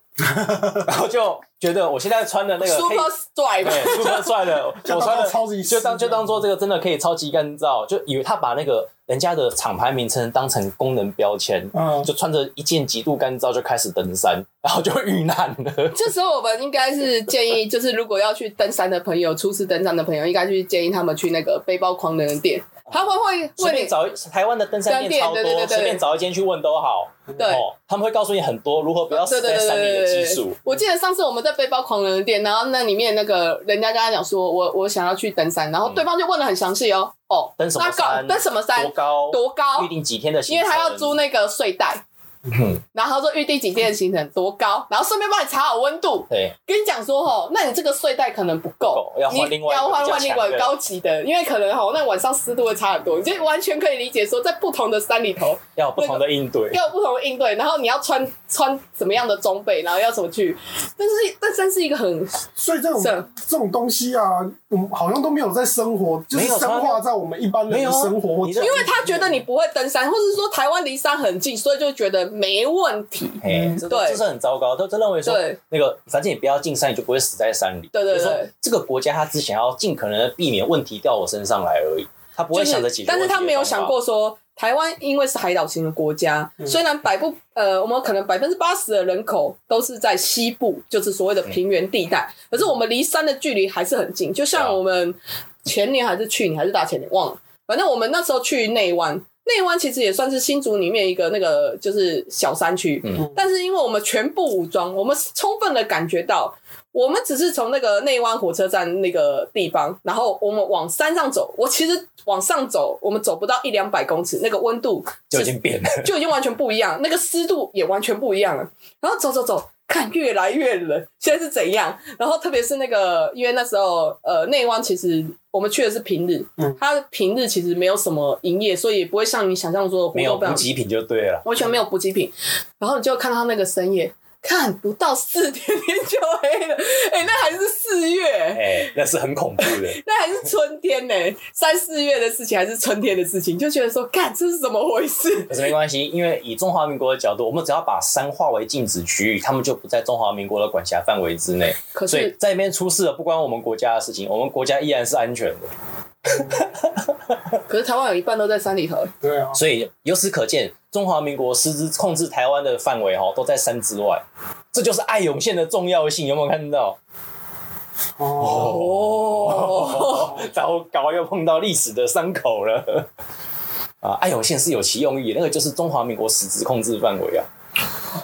Speaker 5: 然后就觉得我现在穿的那个黑哎
Speaker 2: Super Drive，
Speaker 5: 对，super 帅的，
Speaker 4: 就
Speaker 5: 我
Speaker 4: 当
Speaker 5: 穿
Speaker 4: 做
Speaker 5: 的
Speaker 4: 超级
Speaker 5: 就当
Speaker 4: 时髦
Speaker 5: 就当做这个真的可以超级干燥，就以为他把那个人家的厂牌名称当成功能标签，
Speaker 4: 嗯
Speaker 5: 就穿着一件极度干燥就开始登山， 然后就遇难了。
Speaker 2: 这时候我们应该是建议，就是如果要去登山的朋友，初次登山的朋友，应该去建议他们去那个背包狂人的店，他们会
Speaker 5: 随
Speaker 2: 为
Speaker 5: 便
Speaker 2: 你
Speaker 5: 找一台湾的登山店超
Speaker 2: 商店对对
Speaker 5: 多，
Speaker 2: 对对
Speaker 5: 随便找一间去问都好。
Speaker 2: 对。
Speaker 5: 哦，他们会告诉你很多如何不要
Speaker 2: 对
Speaker 5: 死
Speaker 2: 对
Speaker 5: 在
Speaker 2: 对
Speaker 5: 山里
Speaker 2: 对
Speaker 5: 的技
Speaker 2: 对
Speaker 5: 术。
Speaker 2: 我记得上次我们在背包狂人的店，然后那里面那个人家跟他讲说，我我想要去登山，然后对方就问的很详细哦，哦，
Speaker 5: 登什么
Speaker 2: 那搞
Speaker 5: 山？
Speaker 2: 登什么山
Speaker 5: 多？高？
Speaker 2: 多高
Speaker 5: 预？定几天的行
Speaker 2: 因为
Speaker 5: 程？
Speaker 2: 他要租那个睡袋，
Speaker 5: 嗯，
Speaker 2: 然后他说预定几天的行程多高，然后顺便帮你查好温度，
Speaker 5: 对，
Speaker 2: 跟你讲说吼，那你这个睡袋可能不够，
Speaker 5: 不够要换
Speaker 2: 你
Speaker 5: 另外一个
Speaker 2: 要换
Speaker 5: 比较
Speaker 2: 换另外一
Speaker 5: 强
Speaker 2: 个
Speaker 5: 的
Speaker 2: 高级的，因为可能吼那晚上湿度会差很多，你就完全可以理解说在不同的山里头
Speaker 5: 要有不同的应对，
Speaker 2: 要有不同的应对，然后你要穿穿什么样的装备，然后要怎么去，但是但真是一个很
Speaker 4: 所以这种
Speaker 2: 是
Speaker 4: 这种东西啊，我们好像都没有在生活，就是
Speaker 5: 没有
Speaker 4: 深化在我们一般人
Speaker 5: 没有
Speaker 4: 的
Speaker 5: 啊
Speaker 4: 生活或
Speaker 5: 你
Speaker 4: 者
Speaker 5: 这
Speaker 2: 因为他觉得你不会登山，或是说台湾离山很近，所以就觉得没问题。
Speaker 5: 哎，这
Speaker 2: 对
Speaker 5: 这是很糟糕，都都认为说
Speaker 2: 对
Speaker 5: 那个，反正你不要进山，你就不会死在山里。
Speaker 2: 对对
Speaker 5: 就是说
Speaker 2: 对
Speaker 5: 这个国家他只想要尽可能的避免问题掉我身上来而已，他不会想着解决问题的
Speaker 2: 但
Speaker 5: 方法。嗯
Speaker 2: 是他没有想过说，台湾因为是海岛型的国家，虽然百不呃，我们可能百分之八十的人口都是在西部，就是所谓的平原地带，可是我们离山的距离还是很近。就
Speaker 5: 嗯对啊
Speaker 2: 像我们前年还是去年还是大前年忘了，反正我们那时候去内湾，内湾其实也算是新竹里面一个那个就是小山区，
Speaker 5: 嗯
Speaker 2: 但是因为我们全部武装，我们充分的感觉到，我们只是从那个内湾火车站那个地方，然后我们往山上走，我其实往上走，我们走不到一两百公尺，那个温度
Speaker 5: 就已经变了，
Speaker 2: 就已经完全不一样，那个湿度也完全不一样了。然后走走走，看越来越冷，现在是怎样？然后特别是那个，因为那时候呃内湾其实我们去的是平日，
Speaker 4: 嗯
Speaker 2: 它平日其实没有什么营业，所以也不会像你想象说活
Speaker 5: 没有
Speaker 2: 动非
Speaker 5: 补
Speaker 2: 常
Speaker 5: 给品就对了。
Speaker 2: 完全没有补给品，然后你就看到那个深夜。看不到四天天就黑了，哎、那还是四月，
Speaker 5: 哎、 那是很恐怖的。
Speaker 2: 那还是春天呢、三四月的事情还是春天的事情，就觉得说，干这是怎么回事？
Speaker 5: 可是没关系，因为以中华民国的角度，我们只要把山划为禁止区域，他们就不在中华民国的管辖范围之内。
Speaker 2: 可
Speaker 5: 所以
Speaker 2: 是
Speaker 5: 在那边出事了，不关我们国家的事情，我们国家依然是安全的。
Speaker 2: 可是台湾有一半都在山里头，
Speaker 4: 对啊，
Speaker 5: 所以由此可见，中华民国实质控制台湾的范围哦哈，都在山之外。这就是爱永县的重要性，有没有看到？
Speaker 4: 哦，
Speaker 2: 哦，
Speaker 5: 糟糕，又碰到历史的伤口了。啊，爱永县是有其用意，那个就是中华民国实质控制范围啊。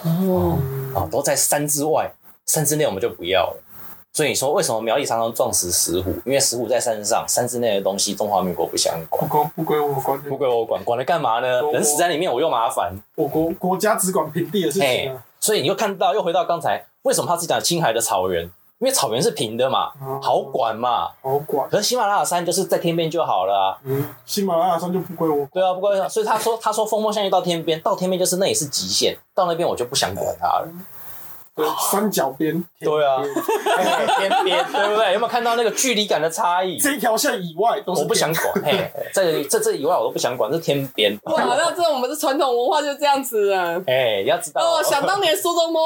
Speaker 2: 哦，
Speaker 5: 啊，都在山之外，山之内我们就不要了。所以你说为什么苗栗常常撞死石虎？因为石虎在山上，山之内的东西中华民国不想管
Speaker 4: 不，公不归我管，
Speaker 5: 不归我管，管了干嘛呢
Speaker 4: 我？
Speaker 5: 人死在里面我又麻烦，
Speaker 4: 我国国家只管平地的事
Speaker 5: 嘿
Speaker 4: 情啊。，
Speaker 5: 所以你又看到又回到刚才，为什么他只讲青海的草原？因为草原是平的嘛，
Speaker 4: 哦
Speaker 5: 好管嘛。
Speaker 4: 好管，
Speaker 5: 可是喜马拉雅山就是在天边就好了啊、
Speaker 4: 嗯，喜马拉雅山就不归我管。
Speaker 5: 对啊，不过所以他说他说风风向遇到天边，到天边就是那也是极限，到那边我就不想管它了。
Speaker 4: 对，三角边。
Speaker 5: 对啊
Speaker 4: 天边
Speaker 5: 天边对不对？有没有看到那个距离感的差异？
Speaker 4: 这一条线以外都是
Speaker 5: 我不想管，嘿，在在这以外我都不想管，这天边。
Speaker 2: 哇，那这我们的传统文化就这样子了。
Speaker 5: 哎，你要知道
Speaker 2: 哦，想当年苏东坡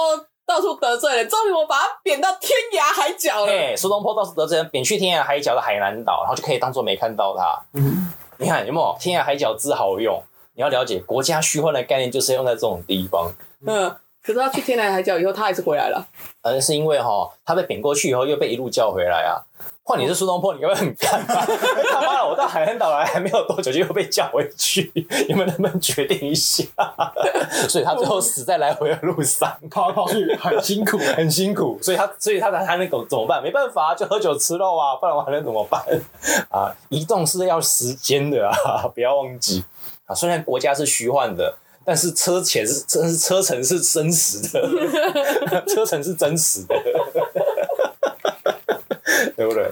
Speaker 2: 到处得罪人，终于我把他贬到天涯海角了。
Speaker 5: 哎，苏东坡倒是得知贬去天涯海角的海南岛，然后就可以当做没看到他。
Speaker 4: 嗯
Speaker 5: 你看有没有天涯海角之好用？你要了解国家虚幻的概念，就是用在这种地方。
Speaker 2: 嗯，可是他去天涯海角以后，他还是回来了。
Speaker 5: 而呃是因为哈，他被贬过去以后又被一路叫回来啊。换你是苏东坡，你会不会很干 吧？他妈的，我到海南岛来还没有多久就又被叫回去， 你们能不能决定一下？ 所以他最后死在来回的路上。
Speaker 4: 跑来跑 去很辛苦。
Speaker 5: 很辛苦，所以他所以他才还能够怎么办？没办法、就喝酒吃肉啊，不然我还能怎么办？ 啊，移动是要时间的啊， 不要忘记啊。虽然国家是虚幻的，但是车钱是车车程是真实的， 车程是真实的， 对不对？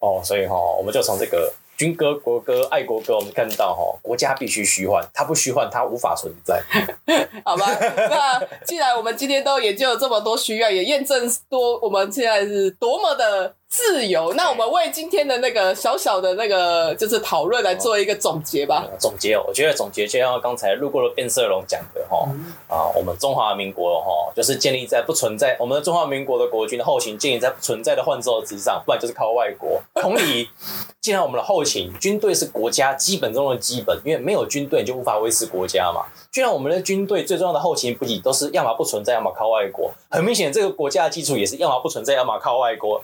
Speaker 5: 哦，所以哈、我们就从这个。军歌、国歌、爱国歌，我们看到哈、国家必须虚幻，它不虚幻，它无法存在。
Speaker 2: 好吧，那既然我们今天都研究了这么多需要，也验证多我们现在是多么的自由，那我们为今天的那个小小的那个就是讨论来做一个总结吧。
Speaker 5: 呃总结哦，我觉得总结就像刚才路过的变色龙讲的哈、啊，我们中华民国哈，就是建立在不存在，我们的中华民国的国军的后勤建立在不存在的幻兽之上，不然就是靠外国。同理，既然我们的后勤军队是国家基本中的基本，因为没有军队你就无法维持国家嘛。既然我们的军队最重要的后勤补给都是要么不存在，要么靠外国，很明显这个国家的基础也是要么不存在，要么靠外国。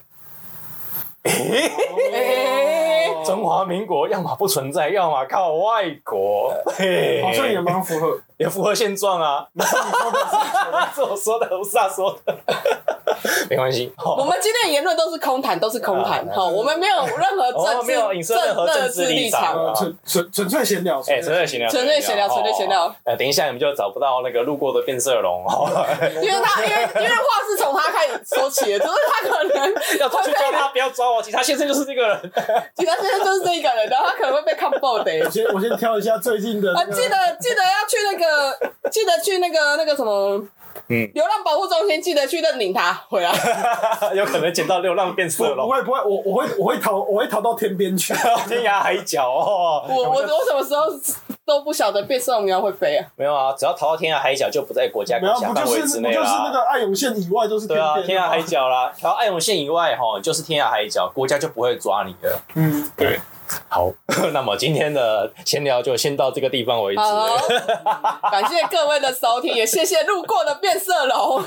Speaker 2: 哎
Speaker 4: 哦
Speaker 5: 中华民国要么不存在，要么靠外国，嘿
Speaker 4: 好像也蛮符合。
Speaker 5: 也符合现状啊。是我说的，不是他说的，没关系。
Speaker 2: 我
Speaker 5: 哦
Speaker 2: 们今天的言论都是空谈，都是空谈。
Speaker 5: 啊
Speaker 2: 好，我们没有任何政
Speaker 5: 哦
Speaker 2: 治，
Speaker 5: 没有影射任何
Speaker 2: 政
Speaker 5: 政治立
Speaker 2: 立
Speaker 5: 场
Speaker 2: 场。
Speaker 5: 啊
Speaker 4: 呃纯纯纯粹闲聊，
Speaker 5: 哎，纯粹闲聊，
Speaker 2: 纯粹闲聊纯粹闲聊
Speaker 5: 哦。呃，等一下你们就找不到那个路过的变色龙哦，
Speaker 2: 因为他因为因为话是从他开始说起的，只是他可能
Speaker 5: 要抓去抓他，不要抓我，警察先生就是这个人。
Speaker 2: 其他现在就是这一个人，然后他可能会被看爆的。
Speaker 4: 我先我先挑一下最近的
Speaker 2: 啊，
Speaker 4: 那个
Speaker 2: 记得记得要去那 个，记得去那个那个什么，
Speaker 5: 嗯
Speaker 2: 流浪保护中心，记得去认领他回来。
Speaker 5: 有可能捡到流浪变色
Speaker 4: 不
Speaker 5: 龙，
Speaker 4: 会不会，我我会我会逃我会逃到天边 去。
Speaker 5: 天涯海角哦。
Speaker 2: 我 我
Speaker 5: 我们就
Speaker 2: 我什么时候都不晓得变色龙要会飞 啊！
Speaker 5: 没有啊，只要逃到天涯海角就不在国家
Speaker 4: 没
Speaker 5: 管
Speaker 4: 有，
Speaker 5: 辖
Speaker 4: 不
Speaker 5: 范围
Speaker 4: 就是
Speaker 5: 之
Speaker 4: 不
Speaker 5: 内
Speaker 4: 就是那
Speaker 5: 啦。
Speaker 4: 个爱永线以外都是天
Speaker 5: 对啊，
Speaker 4: 边，
Speaker 5: 天涯海。角啦，然后爱永线以外哈，就是天涯海角，国家就不会抓你的。
Speaker 4: 嗯，对，
Speaker 5: 好， 那么今天的闲聊就先到这个地方为止。
Speaker 2: 好，感谢各位的收听，也谢谢路过的变色龙，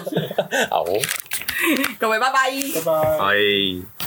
Speaker 5: 好，
Speaker 2: 各位拜拜。
Speaker 4: 拜拜。
Speaker 5: 哎。